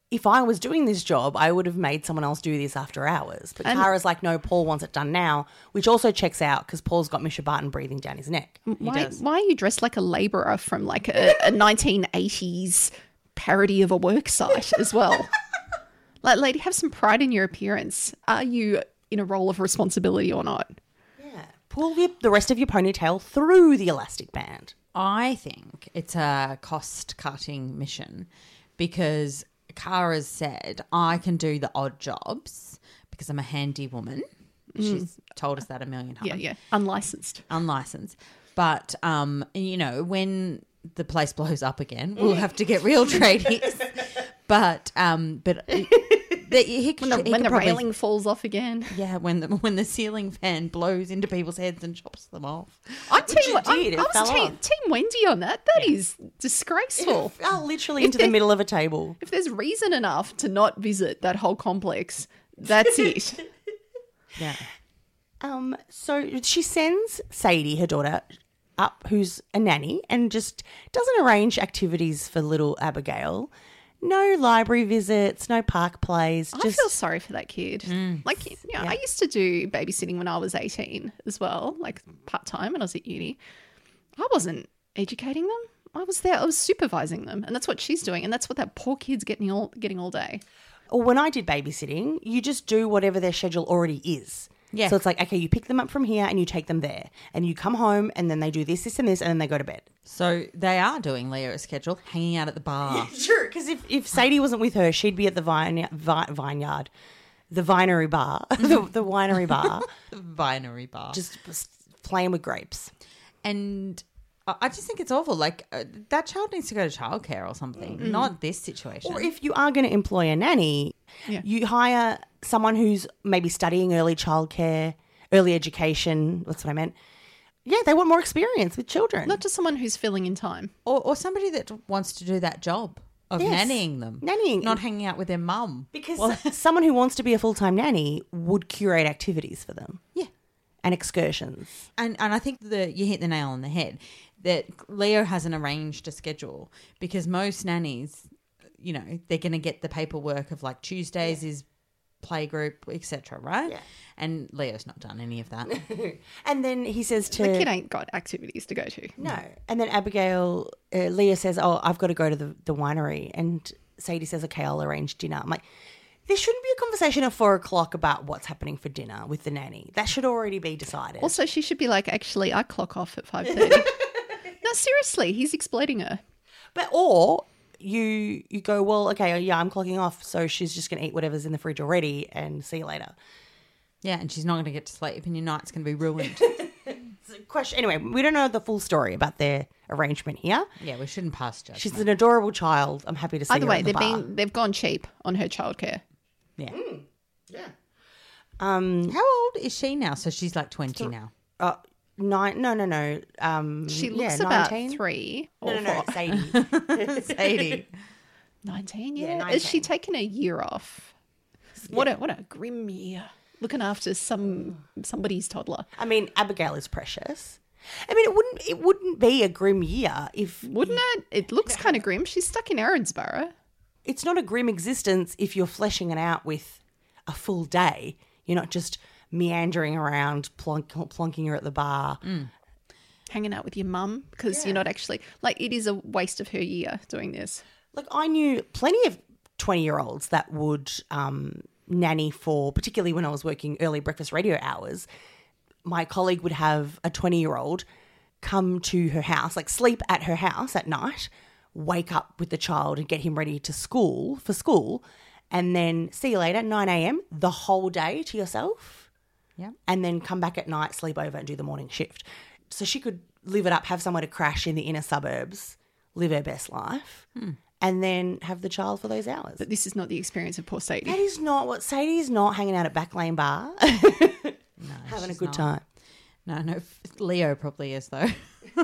If I was doing this job, I would have made someone else do this after hours. But Cara's like, no, Paul wants it done now, which also checks out because Paul's got Misha Barton breathing down his neck.
Why, why are you dressed like a labourer from like a, a 1980s parody of a work site as well? like, lady, have some pride in your appearance. Are you in a role of responsibility or not?
Yeah. Pull the, the rest of your ponytail through the elastic band.
I think it's a cost cutting mission because Kara's said, I can do the odd jobs because I'm a handy woman. She's told us that a million times.
Mm. Yeah, yeah. Unlicensed.
Unlicensed. But, um, you know, when the place blows up again, we'll
Mm.
have to
[LAUGHS]
get real tradies. but, um, but. The, he could,
When
he
the, when
could
the
probably-
railing falls off again.
yeah, when the [LAUGHS] when the ceiling fan blows into people's heads and chops them off.
I'm team,
you
I'm-
did, it
I was
fell
team,
off.
team Wendy on that. That is
[LAUGHS]
disgraceful.
Fell uh, literally
If
into the
they-
middle of a table.
If there's reason enough to not visit that whole complex, that's it.
Yeah,
Um, so she sends Sadie, her daughter, up, who's a nanny, and just doesn't arrange activities for little Abigail. No library visits, no park plays.
I
Just Mm.
feel sorry for that kid. Like, you know, I used to do babysitting when I was 18 as well, like part time when I was at uni. I wasn't educating them. I was there. I was supervising them, and that's what she's doing, and that's what that poor kid's getting all getting all day.
or when I did babysitting, you just do whatever their schedule already is.
Yeah.
So it's like, okay, you pick them up from here and you take them there, and you come home, and then they do this, this, and this, and then they go to [LAUGHS] bed.
so they are doing Leo's schedule, hanging out at the bar.
[LAUGHS] Sure, because if, if Sadie wasn't with her, she'd be at the vine, vi- vineyard, the vinery bar, [LAUGHS] the, the winery bar,
binary
[LAUGHS]
bar.
just playing with grapes.
and I I just think it's awful. Like uh, that child needs to go to childcare or something, not this situation.
Or if you are going to employ a nanny,
Yeah.
you hire someone who's maybe studying early childcare, early education. That's what I meant. Yeah, they want more experience with children.
Not just someone who's filling in time.
or, or somebody that wants to do that job of
Yes.
nannying them,
Nannying.
not hanging out with their mum.
because [LAUGHS] someone who wants to be a full time nanny would curate activities for them
Yeah,
and excursions.
and and I think the you hit the nail on the head that Leo hasn't arranged a schedule because most nannies, you know, they're going to get the paperwork of like Tuesdays is playgroup, etc. Right?
Yeah.
And Leo's not done any of [LAUGHS] that.
And then he says to
The kid ain't got activities to go to.
No. And then Abigail, uh, Leah says, Oh, I've got to go to the, the winery. And Sadie says, Okay, I'll arrange dinner. I'm like, there shouldn't be a conversation at four o'clock about what's happening for dinner with the nanny. That should already be decided.
Also, she should be like, actually, I clock off at
[LAUGHS]
five thirty. no, seriously, he's exploiting her.
But or you you go, Well, okay, yeah, I'm clocking off, so she's just gonna eat whatever's in the fridge already and see you later.
yeah, and she's not going to get to sleep, and your night's going to be ruined. [LAUGHS]
Question anyway, we don't know the full story about their arrangement here.
Yeah, we shouldn't pass judgment.
She's an adorable child. I'm happy to see
Either
her
way,
at the
they've
bar.
been they've gone cheap on her childcare.
Mm, yeah.
um
How old is she now? So she's like 20 now.
uh, nine no no no. Um
She
yeah,
looks about
19?
three or
No, no, no,
four. [LAUGHS]
Sadie.
80.
19 yeah,
Yeah,
has she
19.
taken a year off what a what a
Mm.
grim year looking after some somebody's toddler
I mean, Abigail is precious. I mean, it wouldn't it wouldn't be a grim year if
Wouldn't it? It looks kind of grim. She's stuck in Erinsborough.
it's not a grim existence if you're fleshing it out with a full day. You're not just meandering around, plonk, plonking her at the bar.
Hanging out with your mum because you're not actually like it is a waste of her year doing this.
Like I knew plenty of twenty-year-olds that would um, nanny for, particularly when I was working early breakfast radio hours. My colleague would have a twenty-year-old come to her house, like sleep at her house at night, wake up with the child and get him ready to school for school, and then see you later nine a.m. the whole day to yourself.
Yeah.
and then come back at night, sleep over, and do the morning shift. So she could live it up, have somewhere to crash in the inner suburbs, live her best life, and then have the child for those hours.
Hmm. But this is not the experience of poor Sadie.
that is not what Sadie is not hanging out at back lane bar, [LAUGHS] having a good time.
No, no. f- Leo probably is though.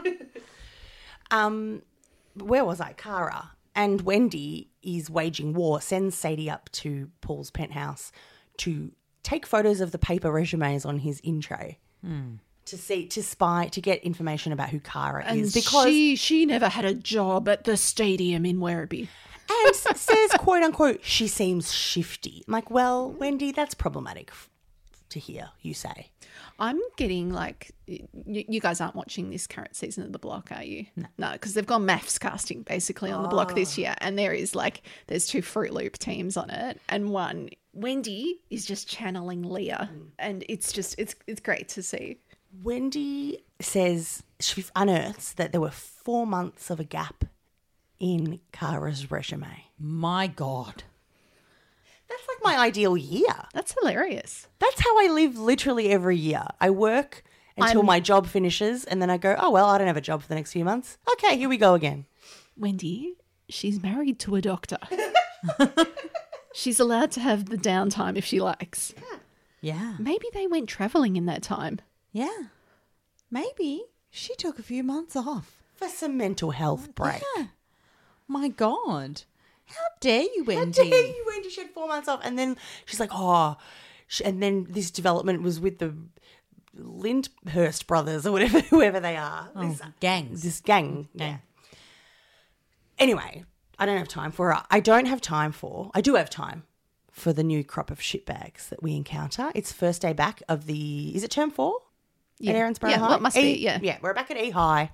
[LAUGHS]
Um, but where was I? Kara and Wendy is waging war. Sends Sadie up to Paul's penthouse to take photos of the paper resumes on his in tray
Hmm.
to see to spy to get information about who Kara
And
is because
she she never had a job at the stadium in Werribee.
and s- says, quote unquote, she seems shifty. I'm like, well, Wendy, that's problematic f- to hear you say.
I'm getting like y- you guys aren't watching this current season of The Block, are you? No, Oh. because they've gone maths casting basically on The Block this year, and there is like there's two Fruit Loop teams on it, and one Wendy is just channeling Leah, and it's just it's it's great to see.
Wendy says she unearths that there were four months of a gap in Kara's resume.
My God.
That's like my ideal year.
That's hilarious.
That's how I live literally every year. I work until my job finishes and then I go, oh, well, I don't have a job for the next few months. Okay, here we go again.
Wendy, she's married to a doctor. [LAUGHS] she's allowed to have the downtime if she likes.
Yeah.
Maybe they went traveling in that time.
Yeah. Maybe she took a few months off.
For some mental health break.
Yeah. My God. How dare you,
How
Wendy?
dare you, Wendy? She had four months off, and then she's like, "Oh," sh and then this development was with the Lindhurst brothers or whatever, [LAUGHS] whoever they are.
Oh.
This,
Oh, Gangs.
this gang. Yeah. Anyway, I don't have time for her. I don't have time for. I do have time for the new crop of shitbags that we encounter. It's first day back of the. Is it term four? At Erinsborough
Yeah,
High.
well, it must be,
E-
yeah.
Yeah, we're back at E High.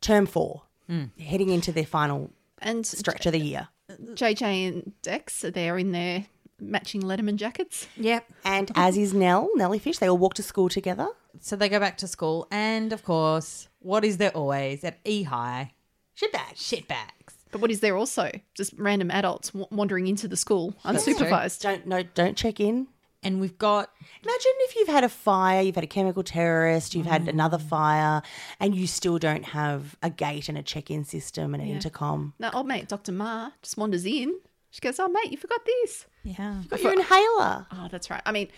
Term four,
Hmm.
heading into their final
And
stretch of the year.
JJ and Dex are there in their matching Letterman jackets.
Yep.
And as is Nell, Nellie Fish, they all walk to school together.
So they go back to school, and of course, what is there always at E High?
Shitbag.
Shitbags.
But what is there also? Just random adults w- wandering into the school unsupervised.
Don't no, don't check in.
And we've got
Imagine if you've had a fire, you've had a chemical terrorist, you've had another fire, and you still don't have a gate and a check-in system and an intercom.
No, old mate, Dr. Ma just wanders in. She goes, Oh, mate, you forgot this.
yeah.
Got your inhaler.
Oh, that's right. I mean,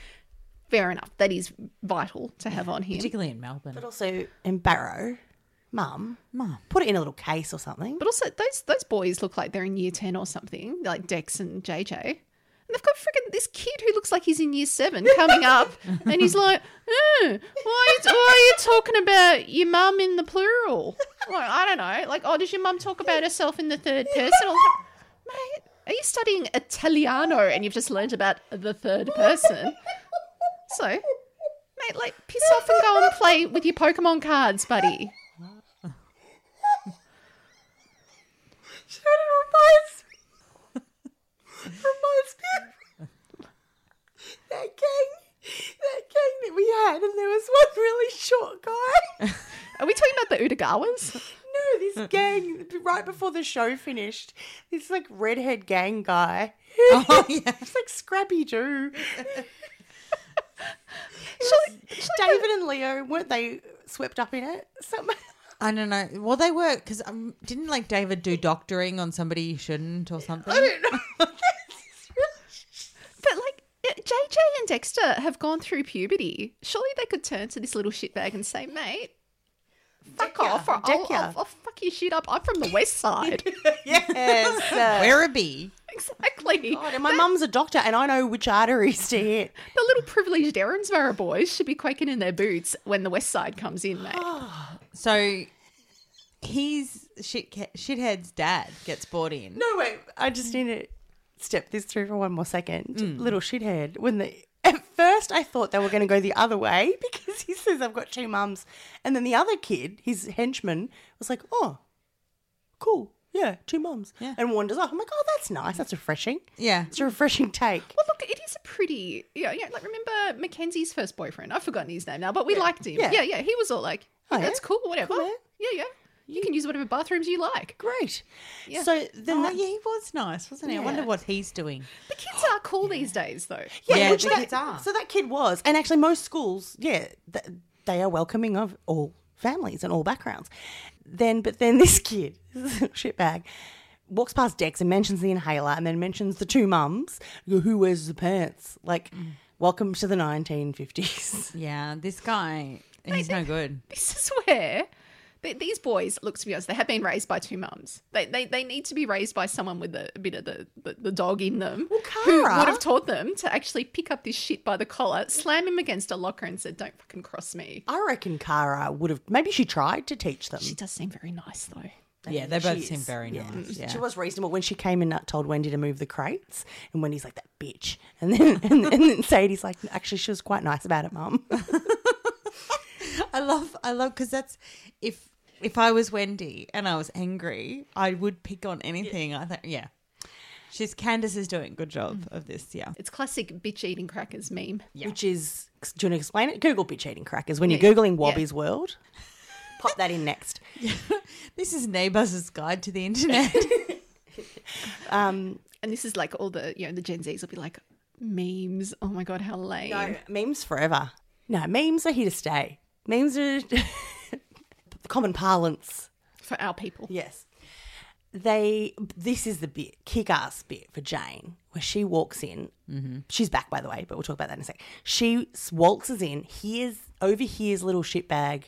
fair enough. That is vital to have on him.
particularly in Melbourne.
But also embarrow, mum.
Mum.
Put it in a little case or something.
But also, those those boys look like they're in year 10 or something, like Dex and JJ. And they've got freaking this kid who looks like he's in year seven coming up, and he's like, "Eh, why, is- why are you talking about your mum in the plural? Like, I don't know. Like, oh, does your mum talk about herself in the third person? I was like, Mate, are you studying Italiano and you've just learned about the third person? So, mate, like, piss off and go and play with your Pokemon cards, buddy.
[LAUGHS] reminds me of that gang, that gang that we had, and there was one really short guy. [LAUGHS]
Are we talking about the Utagawas?
No, this gang right before the show finished, this like redhead gang guy.
[LAUGHS] Oh, yeah.
It's like Scrappy [LAUGHS] Doo. David and Leo weren't they swept up in it? Some,
I don't know. Well, they were because um, didn't like David do doctoring on somebody he shouldn't or something?
But like yeah, JJ and Dexter have gone through puberty. Surely they could turn to this little shitbag and say, "Mate, fuck off, or I'll,
Deck ya. [LAUGHS]
I'll- I'll fuck your shit up. I'm from the west side."
yes, uh,
exactly.
Werribee.
[LAUGHS] Exactly.
God, and Oh my mum's a doctor, and I know which arteries to hit.
The little privileged Erinsborough boys should be quaking in their boots when the West Side comes in,
[GASPS]
mate.
So he's shit shithead's dad gets bought in.
No, wait. I just need to step this through for one more second. Little shithead. When the at first I thought they were going to go the other way [LAUGHS] because he says I've got two mums, and then the other kid, his henchman, was like, "Oh, cool, yeah, two mums,"
Yeah.
and wanders off. I'm like, "Oh, that's nice. That's refreshing.
Yeah.
It's a refreshing take."
Well, look, it is a pretty. Yeah, yeah. Like, remember Mackenzie's first boyfriend? I've forgotten his name now, but we liked him.
Yeah.
Yeah. yeah, He was all like,
Oh,
yeah,
yeah?
that's cool, whatever.
Cool, man.
yeah, yeah. You, can use whatever bathrooms you like.
Great.
Yeah.
So then,
Oh,
that,
yeah, he was nice, wasn't he? I wonder
Yeah.
what he's doing.
The
[GASPS]
kids
Oh,
are cool these days, though.
Yeah,
Yeah,
which
the
that-
kids are.
So that kid was, and actually, most schools, yeah, th- they are welcoming of all families and all backgrounds. Then, but then [LAUGHS] this kid, this little shitbag, walks past Dex and mentions the inhaler, and then mentions the two mums who wears the pants. Like, welcome to the 1950s.
Yeah, this guy, he's no good.
[LAUGHS] This is where th- these boys look. To be honest, they have been raised by two mums. They they, they need to be raised by someone with a, bit of the, the, the dog in them, who
Kara-
would have taught them to actually pick up this shit by the collar, slam him against a locker, and said, "Don't fucking cross me."
[LAUGHS] I reckon Kara would have, maybe she tried to teach them.
She does seem very nice, though.
Yeah, they both
She
seem
is. [LAUGHS]
very nice. Yeah.
She was reasonable when she came and told Wendy to move the crates, and Wendy's like that bitch, and then [LAUGHS] and, then- and then Sadie's like, actually, she was quite nice about it, Mum.
I love, I love, because that's if if I was Wendy and I was angry, I would pick on anything. I think, yeah, she's Candace is doing a good job of this. Yeah,
It's classic bitch eating crackers meme.
which is do you want to explain it? Google bitch eating crackers when you're googling Wobby's World. [LAUGHS] Pop that in next. [LAUGHS]
this is Neighbours' Guide to the Internet. [LAUGHS]
And this is like all the you know the Gen Zs will be like memes. Oh my god, how lame!
Memes forever. No, memes are here to stay. Memes are [LAUGHS] common parlance.
For our people,
Yes. They this is the bit kick ass bit for Jane where she walks in. Mm-hmm. She's back by the way, but we'll talk about that in a sec. She s- waltzes in, hears overhears little shitbag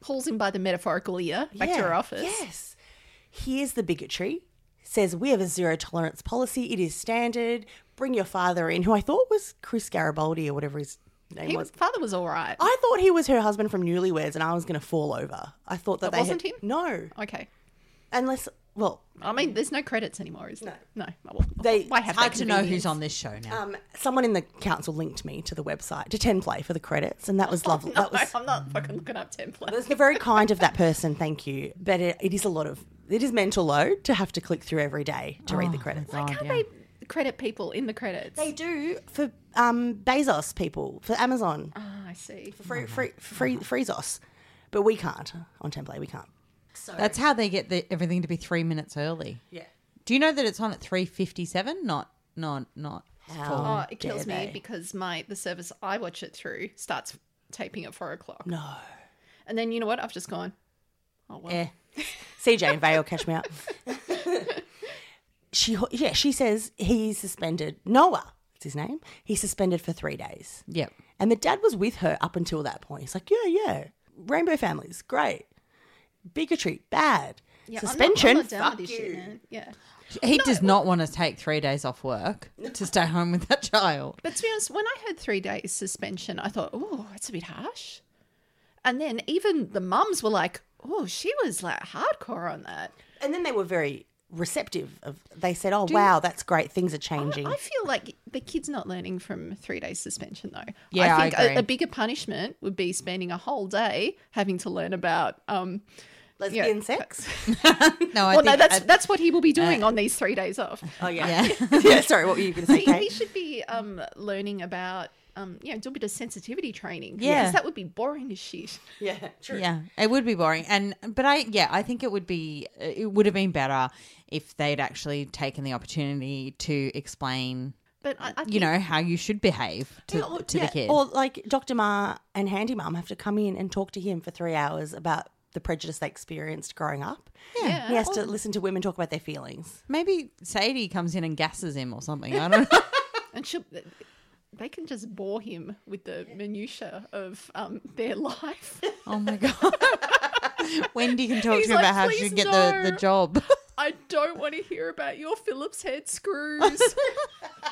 pulls him by the metaphorical ear back to
Yeah,
her office.
Yes. Here's the bigotry. Says we have a zero tolerance policy. It is standard. Bring your father in, who I thought was Chris Garibaldi or whatever his name
He,
was.
father was all right.
I thought he was her husband from Newlyweds, and I was going to fall over. I thought that,
That
they had-
wasn't him?
No,
Okay.
unless well,
I mean, there's no credits anymore, is there? No. No. Well, oh,
They-
why have
Hard
that
to know
convenience?
who's on this show now.
um, someone in the council linked me to the website to Ten Play for the credits, and that
[LAUGHS]
was lovely.
No,
that was [LAUGHS]
I'm not fucking looking up templates.
It's very kind of that person, thank you. But it, it is a lot of it is mental load to have to click through every day to read the Oh, credits.
God,
Can't
yeah.
they credit people in the credits?
They do for um, Bezos people for Amazon
Ah, I see.
free free free
Uh-huh.
Freezos, but we can't on template. We can't.
That's how they get the, everything to be three minutes early.
Yeah.
Do you know that it's on at three fifty-seven? Not, not, not.
How
Oh, it
dare
kills me
they.
because my the service I watch it through starts taping at four o'clock,
No.
and then you know what? I've just gone. Oh well.
eh.
Yeah. CJ and Vale cash me out. [LAUGHS] she yeah she says he's suspended. Noah, it's his name. He's suspended for three days.
Yep.
And the dad was with her up until that point. He's like, yeah, yeah, rainbow families, great. Bigotry, bad.
Yeah, I'm not- I'm
Suspension,
not down
fuck
with this
you.
shit, man. Yeah.
He does not want to take three days off work to stay home with that
[LAUGHS]
child.
But to be honest, when I heard three days suspension, I thought, oh, that's a bit harsh. And then even the mums were like, oh, she was like hardcore on that.
And then they were very receptive. Of they said, "Oh wow, that's great. Things are changing."
I feel like the kid's not learning from three days suspension, though.
Yeah, I
I think a-
agree.
A, bigger punishment would be spending a whole day having to learn about. Um,
Lesbian
yeah.
sex.
No, I
well, no,
think uh,
that's that's what he will be doing on these three days off.
Oh yeah.
yeah.
[LAUGHS] Yeah. sorry, what were you going
[LAUGHS]
to say?
he, he
Kate?
should be um, learning about, um, you know, do a bit of sensitivity training.
Yeah.
because that would be boring as shit.
Yeah, true.
Yeah, it would be boring, and but I yeah, I think it would be it would have been better if they'd actually taken the opportunity to explain,
But I, I
you
think-
know, how you should behave to, to the kid.
Or like Dr. Ma and Handy Mum have to come in and talk to him for three hours about the prejudice they experienced growing up.
Yeah.
He has to listen to women talk about their feelings.
Maybe Sadie comes in and gasses him or something. I don't know.
and she'll, they can just bore him with the minutia of um, their [LAUGHS] life.
oh my god. [LAUGHS] Wendy can talk
He's
to you about
like,
how she
"Please,
should get
no." [LAUGHS]
the, the job.
I don't want to hear about your Phillips head screws.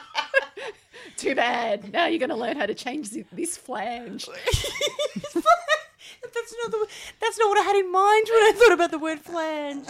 [LAUGHS] Too bad. Now you're going to learn how to change thi- this flange.
That's not the. That's not what I had in mind when I thought about the word flange.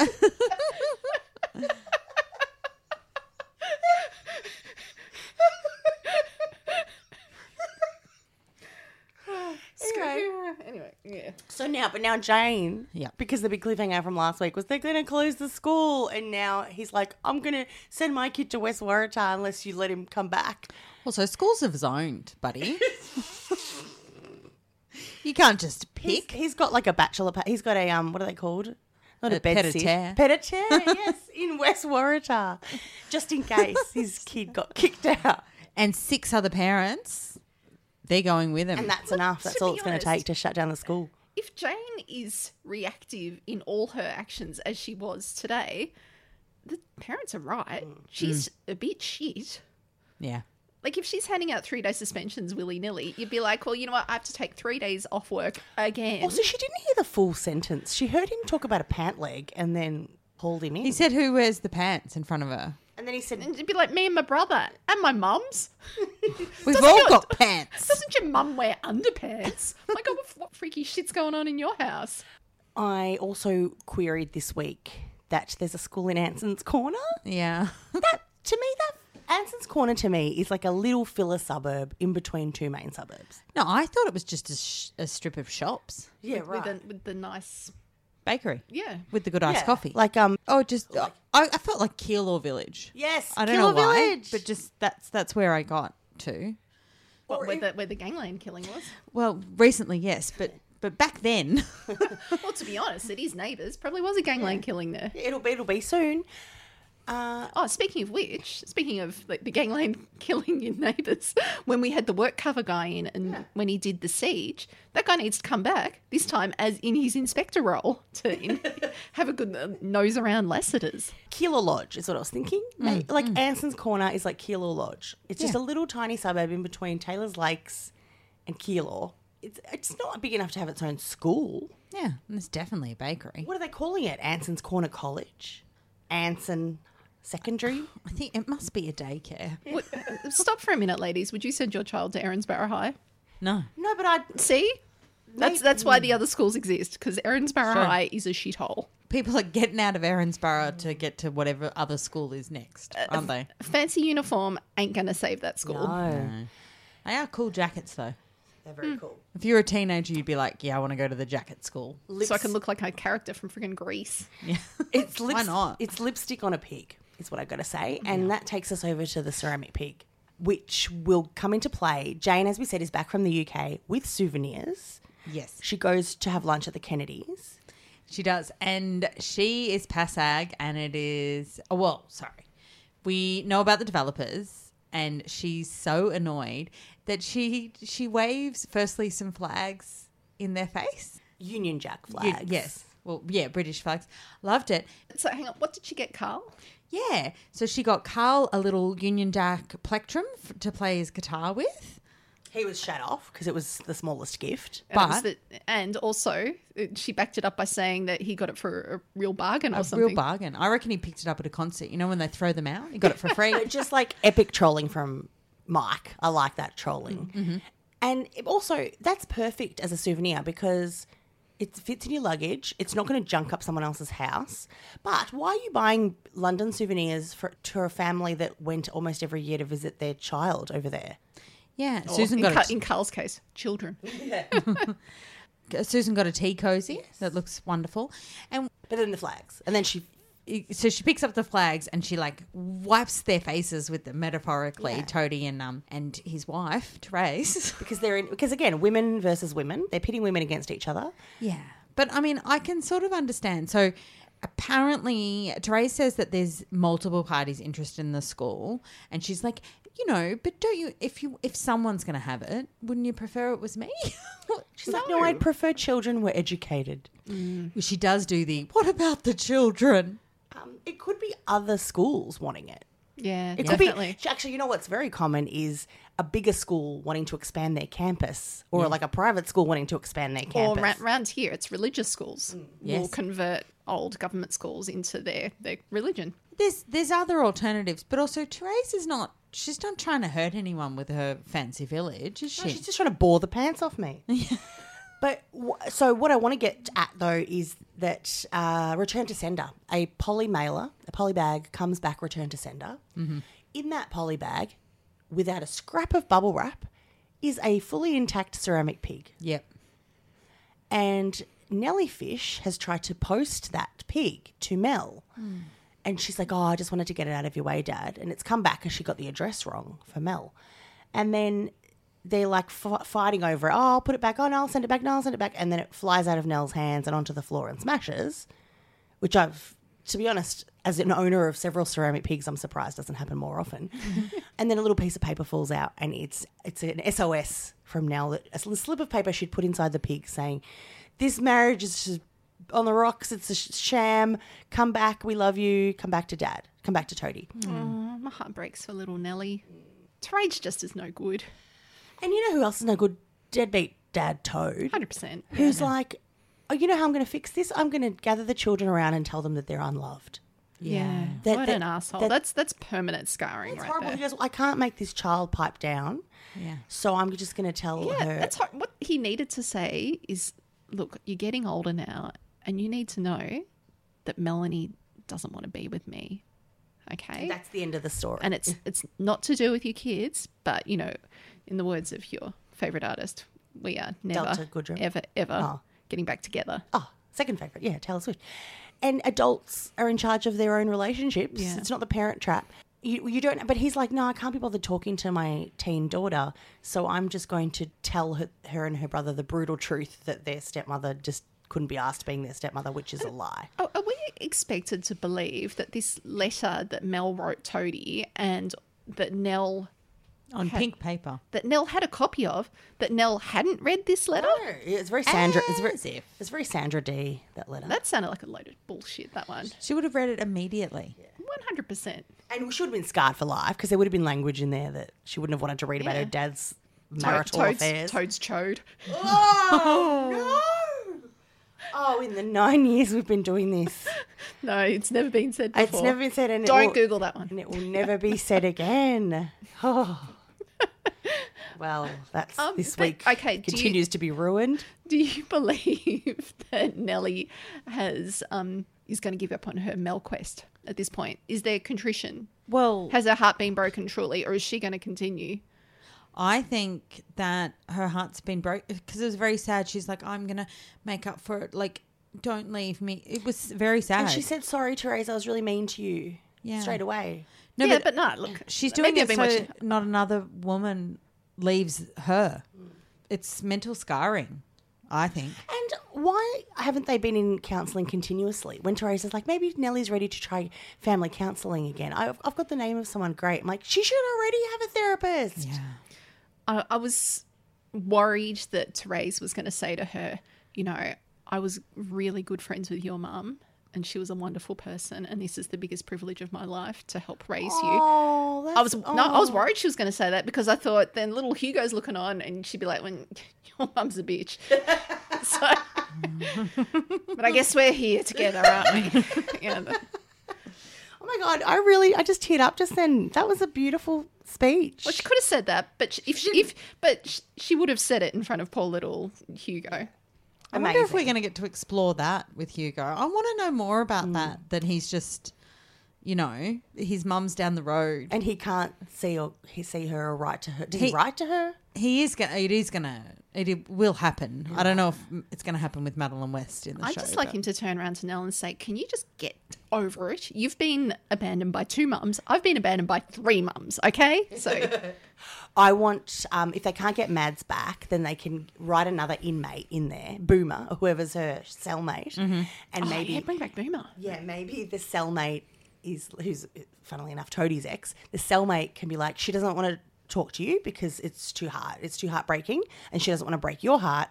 Anyway,
Yeah, Anyway, yeah.
so now, but now Jane,
Yeah.
because the big cliffhanger from last week was they're going to close the school, and now he's like, I'm going to send my kid to West Waratah unless you let him come back.
Also, schools have zoned, buddy. you can't just
He's-
pick.
he's got like a bachelor. Pa- he's got a um. What are they called? Not a,
A
bed
pied-a-terre.
sit. Pied-a-terre, yes, in West Waratah, just in case his kid got kicked out.
And six other parents, they're going with him.
And that's enough. That's
To
all
be
it's going to take
honest-
to shut down the school.
If Jane is reactive in all her actions as she was today, the parents are right. She's a bit shit.
yeah.
Like if she's handing out three day suspensions willy nilly, you'd be like, well, you know what? I have to take three days off work again.
Also, she didn't hear the full sentence. She heard him talk about a pant leg and then hauled him in.
He said, Who wears the pants in front of her?
and then he said,
and it'd be like me and my brother and my [LAUGHS] mum's.
We've
Doesn't
all
your- [LAUGHS]
got pants.
Doesn't your mum wear underpants? I'm like, oh, what- what freaky shit's going on in your house?
I also queried this week that there's a school in Anson's
[LAUGHS]
Corner.
Yeah.
That, to me, that Anson's Corner to me is like a little filler suburb in between two main suburbs.
No, I thought it was just a, sh- a strip of shops.
Yeah,
With the, with the nice,
Bakery.
yeah.
with the good iced coffee.
Like, um,
Oh, just I, I felt like Keilor Village.
yes,
I don't
Killer
know why,
Village.
but just that's that's where I got to.
What, where, the, where the gangland killing was.
well, recently, yes, but but back then, [LAUGHS]
Well, to be honest, it is neighbours. Probably was a gangland killing there.
it'll be, it'll be soon.
Oh, speaking of which, speaking of like the gangland [LAUGHS] killing in neighbours, when we had the work cover guy in and when he did the siege, that guy needs to come back this time as in his inspector role to in, have a good uh, nose around Lassiter's.
Keilor Lodge is what I was thinking. Like- Like Anson's Corner is like Keilor Lodge. It's just a little tiny suburb in between Taylor's Lakes and Keilor. It's it's not big enough to have its own school.
yeah, and it's definitely a bakery.
What are they calling it? Anson's Corner College, Anson Secondary.
I think it must be a daycare.
Would- Stop for a minute, ladies. Would you send your child to Erinsborough High?
No,
No, but I
See? That's
Mate-
that's why the other schools exist because Erinsborough
Sure.
High is a shithole.
people are getting out of Erinsborough to get to whatever other school is next, aren't [LAUGHS] they?
Fancy uniform ain't gonna save that school.
no.
They are cool jackets, though.
They're very cool.
If you're a teenager, you'd be like, "Yeah, I want to go to the jacket school."
So I can look like a character from friggin' Greece.
Yeah,
It's lips-
[LAUGHS] why not?
It's lipstick on a pig, is what I got to say, and that takes us over to the ceramic pig, which will come into play. Jane, as we said, is back from the UK with souvenirs.
yes,
She goes to have lunch at the Kennedys.
She does. And she is Passag, and it is. Oh, well, sorry. We know about the developers, and she's so annoyed that she she waves firstly some flags in their face.
Union Jack
You-
flags.
yes. Well, yeah, British flags. Loved it.
So hang on, what did she get, Carl?
Yeah. So she got Carl a little Union Jack plectrum f- to play his guitar with.
He was shut off because it was the smallest gift.
And, it was
But-
that- and also, it- she backed it up by saying that he got it for a real bargain or
A
something.
real bargain. I reckon he picked it up at a concert. You know when they throw them out, he got it for free.
But just like epic trolling from Mike. I like that trolling. And it also, that's perfect as a souvenir because it fits in your luggage. It's not going to junk up someone else's house. But why are you buying London souvenirs for, to a family that went almost every year to visit their child over there?
yeah,
Or
Susan
in,
got
Ca-
it.
in Carl's case, children.
Susan got a tea cozy that looks wonderful, and
But then the flags. And then she
so she picks up the flags and she like wipes their faces with them metaphorically, Toady and um and his wife Therese. [LAUGHS]
because they're in because again women versus women they're pitting women against each other
yeah, but I mean I can sort of understand. So apparently Therese says that there's multiple parties interested in the school, and she's like, you know, but don't you if you if someone's going to have it, wouldn't you prefer it was me? [LAUGHS]
she's like no i'd prefer children were educated
she does do the what about the children?
um, it could be other schools wanting it
Yeah,
it
definitely.
could be actually you know what's very common is a bigger school wanting to expand their campus or like a private school wanting to expand their [LAUGHS]
Or
campus
ra- round here, it's religious schools will
Yes.
convert old government schools into their, their religion.
There's there's other alternatives, but also Therese is not. She's not trying to hurt anyone with her fancy village, is she?
No, she's just trying to bore the pants off me. but w- so what I want to get at though is that uh, return to sender, a poly mailer, a poly bag comes back return to sender. In that poly bag, without a scrap of bubble wrap, is a fully intact ceramic pig,
yep.
and Nellie Fish has tried to post that pig to Mel. And she's like, Oh, I just wanted to get it out of your way, Dad. And it's come back because she got the address wrong for Mel. And then they're like f- fighting over it. Oh, I'll put it back. Oh, no, I'll send it back. No, I'll send it back. And then it flies out of Nell's hands and onto the floor and smashes, which I've, to be honest, as an owner of several ceramic pigs, I'm surprised doesn't happen more [LAUGHS] often. and then a little piece of paper falls out and it's it's an SOS from Nell, that- a sl- slip of paper she'd put inside the pig saying, This marriage is just on the rocks. It's a sh- sham. Come back. We love you. Come back to dad. Come back to Toadie.
Oh, my heart breaks for little Nelly. Terage just is no good.
And you know who else is no good? Deadbeat dad Toad,
100%.
who's like, Oh, you know how I'm going to fix this? I'm going to gather the children around and tell them that they're unloved.
Yeah.
That-
what
that-
an asshole.
that-
that's that's permanent scarring
It's
right
horrible.
there.
He goes, I can't make this child pipe down.
Yeah.
So I'm just going to tell
Yeah,
her.
that's hard. what he needed to say is, look, you're getting older now, and you need to know that Melanie doesn't want to be with me. Okay,
That's the end of the story.
and it's it's not to do with your kids, but you know, in the words of your favorite artist, we are
Delta
never,
Goodrem.
ever, ever
Oh.
getting back together.
Oh, second favorite. Yeah, Taylor Swift. And adults are in charge of their own relationships.
Yeah.
It's not the parent trap. You, you don't, but he's like, no, I can't be bothered talking to my teen daughter. So I'm just going to tell her, her and her brother the brutal truth that their stepmother just couldn't be asked being their stepmother, which is a
[LAUGHS]
lie.
Are, are we expected to believe that this letter that Mel wrote Toadie and that Nell
On pink paper.
that Nell had a copy of that Nell hadn't read this letter?
It's very Sandra. It's
As
very,
if.
it's very Sandra D. That letter.
That sounded like a load of bullshit. That one,
She would have read it immediately.
one hundred percent.
and we should have been scarred for life because there would have been language in there that she wouldn't have wanted to read about her
Yeah.
dad's marital
Toads,
affairs.
Toads chode. [LAUGHS]
Oh, in the nine years we've been doing [LAUGHS] this.
No, it's never been said before.
It's never been said, and it
Don't
will-
Google that one.
and it will never be said [LAUGHS] again. Oh. Well, that's
Um,
this
but-
week.
okay, do you-
continues to be ruined.
Do you [LAUGHS] believe that Nellie has um is going to give up on her Mel quest at this point? Is there contrition?
Well,
Has her heart been broken truly, or is she going to continue?
I think that her heart's been broke because it was very sad. She's like, I'm gonna make up for it. Like, don't leave me. It was very sad.
And she said, "Sorry, Teresa, I was really mean to you."
Yeah.
Straight away.
no,
yeah,
but,
but, no. Look,
she's
maybe
doing it
I've been
so
watching-
not another woman leaves her. It's mental scarring. I think.
And why haven't they been in counselling continuously? When Teresa's like, maybe Nellie's ready to try family counselling again. I've, I've got the name of someone great. I'm like, she should already have a therapist.
I, I was worried that Therese was going to say to her, you know, I was really good friends with your mum and she was a wonderful person and this is the biggest privilege of my life to help raise you.
Oh, that's,
I was no, I was
oh.
worried she was going to say that because I thought then little Hugo's looking on and she'd be like, "When [LAUGHS] your mum's a bitch," [LAUGHS] so, [LAUGHS] but I guess we're here together, aren't we? [LAUGHS] yeah, that-
Oh my god, I really, I just teared up just then. That was a beautiful speech.
well, she could have said that, but she, if she, if but she, she would have said it in front of poor little Hugo.
I wonder if
Amazing.
we're going to get to explore that with Hugo. I want to know more about that. That he's just, you know, his mum's down the road.
and he can't see or he see her or write to her. Did he, write to her?
He is going. to It is going to. It will happen. I don't know if it's going to happen with Madeline West in the
I'd
show.
just like
but-
him to turn around to Nell and say, Can you just get over it? You've been abandoned by two mums. I've been abandoned by three mums, okay? So
I want um, if they can't get Mads back, then they can write another inmate in there, Boomer, or whoever's her cellmate,
Mm-hmm.
and maybe
[LAUGHS] [LAUGHS] maybe bring back Boomer.
Yeah, maybe the cellmate is who's funnily enough Toadie's ex. The cellmate can be like, she doesn't want to talk to you because it's too hard. It's too heartbreaking, and she doesn't want to break your heart.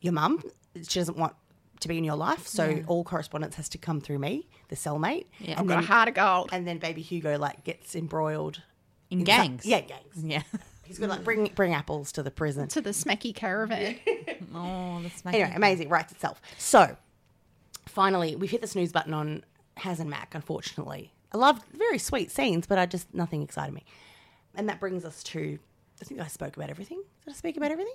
Your mum, she doesn't want to be in your life, so all correspondence has to come through me, the cellmate. Yeah,
I've got a heart of gold.
and then baby Hugo like gets embroiled
in
some-
gangs.
yeah, gangs.
yeah. [LAUGHS]
He's gonna like bring bring apples to the prison.
[LAUGHS] To the smacky caravan.
Oh, that's my
Anyway, amazing writes itself. So, finally, we've hit the snooze button on Haz and Mac, unfortunately. I loved very sweet scenes, but I just, nothing excited me. And that brings us to, I think I spoke about everything. Did I speak about everything?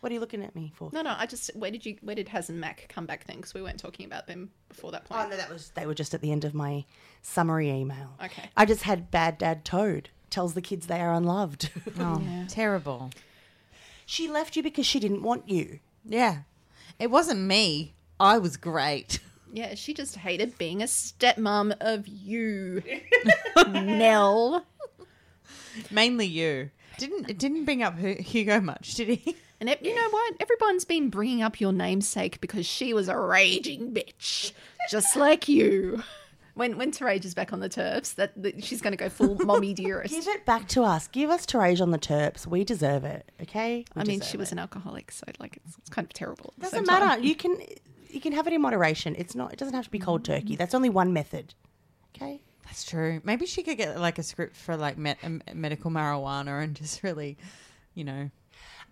What are you looking at me for?
No, no. I just where did you where did Haz and Mac come back then? Because we weren't talking about them before that point.
Oh no, that was they were just at the end of my summary email.
Okay.
I just had bad dad Toad tells the kids they are unloved.
Oh, terrible.
[LAUGHS] she left you because she didn't want you.
Yeah.
It wasn't me. I
[LAUGHS]
was great.
Yeah, she just hated being a stepmom of [LAUGHS] you, Nell.
Mainly you. Didn't it didn't bring up Hu- Hugo much, did
[LAUGHS]
he?
And it, you know what? Everyone's been bringing up your namesake because she was a raging bitch, just like you. When when Terage is back on the turfs, that, that she's going to go [LAUGHS] full mommy
Give
dearest.
it back to us. Give us Terrage on the Terps. We deserve it. Okay.
I mean, she was an alcoholic, so like it's, it's kind of terrible. At the
doesn't
same time.
matter. You can you can have it in moderation. It's not. It doesn't have to be cold turkey. That's only one method. Okay.
That's true. Maybe she could get like a script for like met- um, medical marijuana and just really, you know,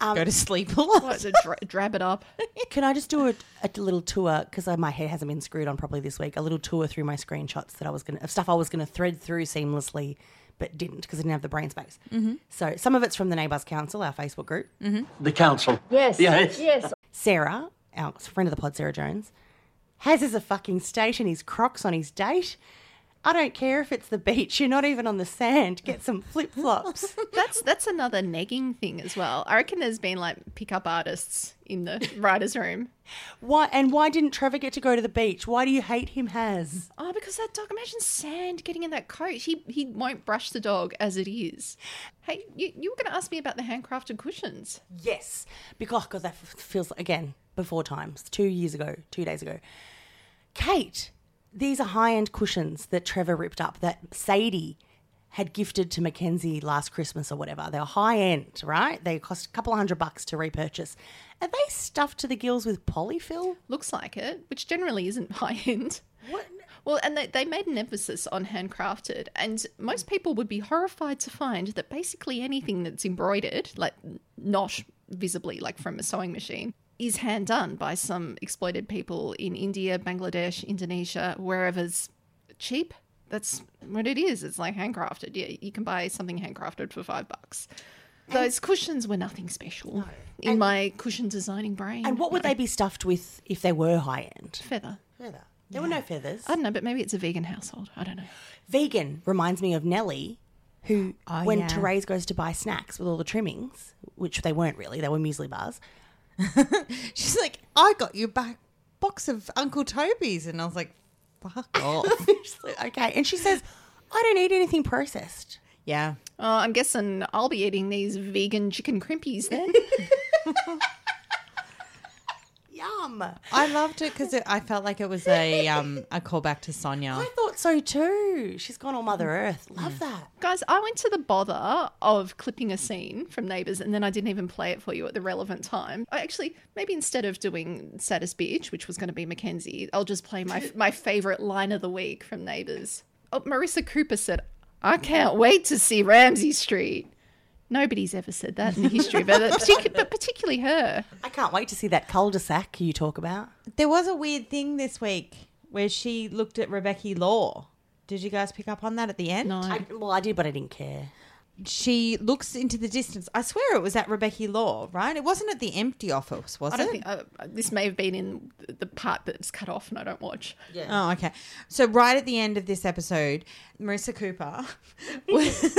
go to sleep a lot.
What, to dra- drab it up.
Can I just do a, a little tour because my head hasn't been screwed on properly this week? A little tour through my screenshots that I was gonna of stuff I was gonna thread through seamlessly, but didn't because I didn't have the brain space. Mm-hmm. So some of it's from the Neighbours Council, our Facebook group.
The council. Yes. Yes. Yes.
Sarah, our friend of the pod, Sarah Jones, has as a fucking station his Crocs on his date. I don't care if it's the beach. You're not even on the sand. Get some flip flops.
That's that's another negging thing as well. I reckon there's been like pickup artists in the writers' room.
why? And why didn't Trevor get to go to the beach? Why do you hate him? Has
Oh, because that dog! Imagine sand getting in that coat. He he won't brush the dog as it is. Hey, you, you were going to ask me about the handcrafted cushions.
yes, because oh God, that f- feels again before times. Two years ago, two days ago. Kate, these are high end cushions that Trevor ripped up that Sadie had gifted to Mackenzie last Christmas or whatever. They're high end, right? They cost a couple of hundred bucks to repurchase. Are they stuffed to the gills with polyfill?
Looks like it, which generally isn't [LAUGHS] high end. What? Well, and they, they made an emphasis on handcrafted, and most people would be horrified to find that basically anything that's embroidered, like not visibly, like from a sewing machine, is hand done by some exploited people in India, Bangladesh, Indonesia, wherever's cheap. That's what it is. It's like handcrafted. Yeah, you can buy something handcrafted for five bucks. Those cushions were nothing special in my cushion designing brain.
And what would they be stuffed with if they were high end?
feather?
Feather. There were no feathers.
I don't know, but maybe it's a vegan household. I don't know.
Vegan reminds me of Nellie, who,
Oh,
when
yeah.
Therese goes to buy snacks with all the trimmings, which they weren't really, they were muesli bars.
[LAUGHS]
[LAUGHS]
She's like, I got you a ba- box of Uncle Toby's. And I was like, fuck off.
She's like, okay. And she says, I don't eat anything processed.
yeah.
Oh, I'm guessing I'll be eating these vegan chicken crimpies [LAUGHS] then.
Yum.
I loved it because I felt like it was a um, a callback to Sonia.
I thought so too. She's gone all Mother Earth. Love that.
Guys, I went to the bother of clipping a scene from Neighbours and then I didn't even play it for you at the relevant time. I actually, maybe instead of doing Saddest Bitch, which was going to be Mackenzie, I'll just play [LAUGHS] my, my favourite line of the week from Neighbours. Oh, Marissa Cooper said, I can't wait to see Ramsey Street. Nobody's ever said that in the history of it, partic- but particularly her.
I can't wait to see that cul-de-sac you talk about.
There was a weird thing this week where she looked at Rebecca Law. Did you guys pick up on that at the end?
No.
I, well, I did, but I didn't care.
She looks into the distance. I swear it was at Rebecca Law, right? It wasn't at the empty office, was
I don't
it?
think uh, this may have been in the part that's cut off and I don't watch.
Oh, okay. So right at the end of this episode, Marissa Cooper [LAUGHS] was,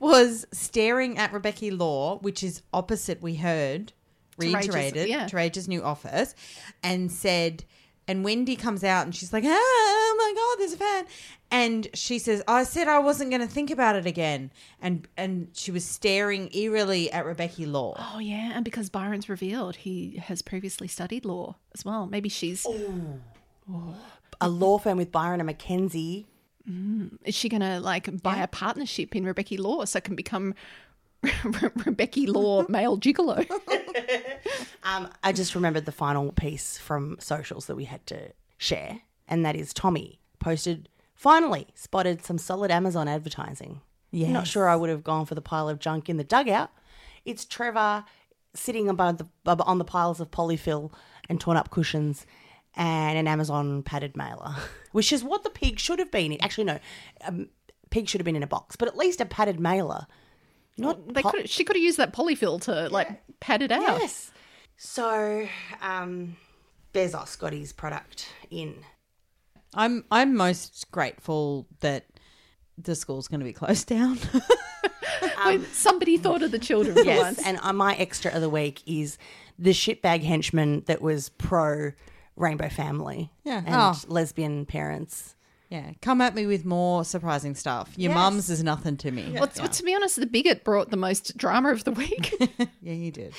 was staring at Rebecca Law, which is opposite. We heard
Tarage's-
reiterated
yeah.
Tarage's new office, and said. And Wendy comes out and she's like, ah, "Oh my god, there's a fan!" And she says, "I said I wasn't going to think about it again." And and she was staring eerily at Rebecca Law.
Oh yeah, and because Byron's revealed he has previously studied law as well. Maybe she's
A law firm with Byron and Mackenzie.
is she gonna like buy a partnership in Rebecca Law so it can become [LAUGHS] Rebecca Law male [LAUGHS] gigolo?
Um, I just remembered the final piece from socials that we had to share, and that is Tommy posted finally spotted some solid Amazon advertising. Yeah, not sure I would have gone for the pile of junk in the dugout. It's Trevor sitting above the, ab- on the piles of polyfill and torn up cushions, and an Amazon padded mailer, [LAUGHS] which is what the pig should have been in. Actually, no, um, pig should have been in a box, but at least a padded mailer. Not
They
po-
could she could have used that polyfill to like pad it out.
Yes. So um, Bezos got his product in.
I'm I'm most grateful that the school's going to be closed
[LAUGHS]
down.
Wait, somebody thought of the [LAUGHS] children for once.
And uh, my extra of the week is the shitbag henchman that was pro rainbow family
Yeah.
and
Oh.
lesbian parents.
yeah, come at me with more surprising stuff. Your mum's is nothing to me.
Well, t- to be honest, the bigot brought the most drama of the [LAUGHS] week.
Yeah, you did.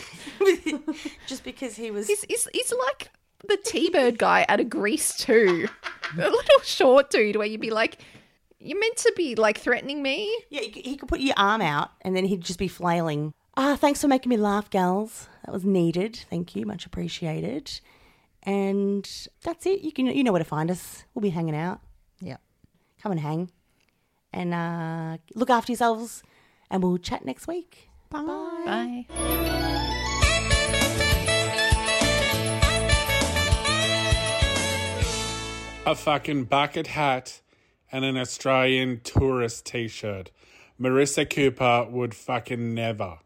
Just because he was.
he's, he's, he's like the T-Bird guy out of Grease too. [LAUGHS] a little short dude where you'd be like, you're meant to be like threatening me.
Yeah, he could- he could put your arm out and then he'd just be flailing. Ah, thanks for making me laugh, gals. That was needed. Thank you. Much appreciated. And that's it. You can you know where to find us. We'll be hanging out.
Yeah.
Come and hang. And uh, look after yourselves and we'll chat next week.
Bye.
a fucking bucket hat and an Australian tourist t shirt. Marissa Cooper would fucking never.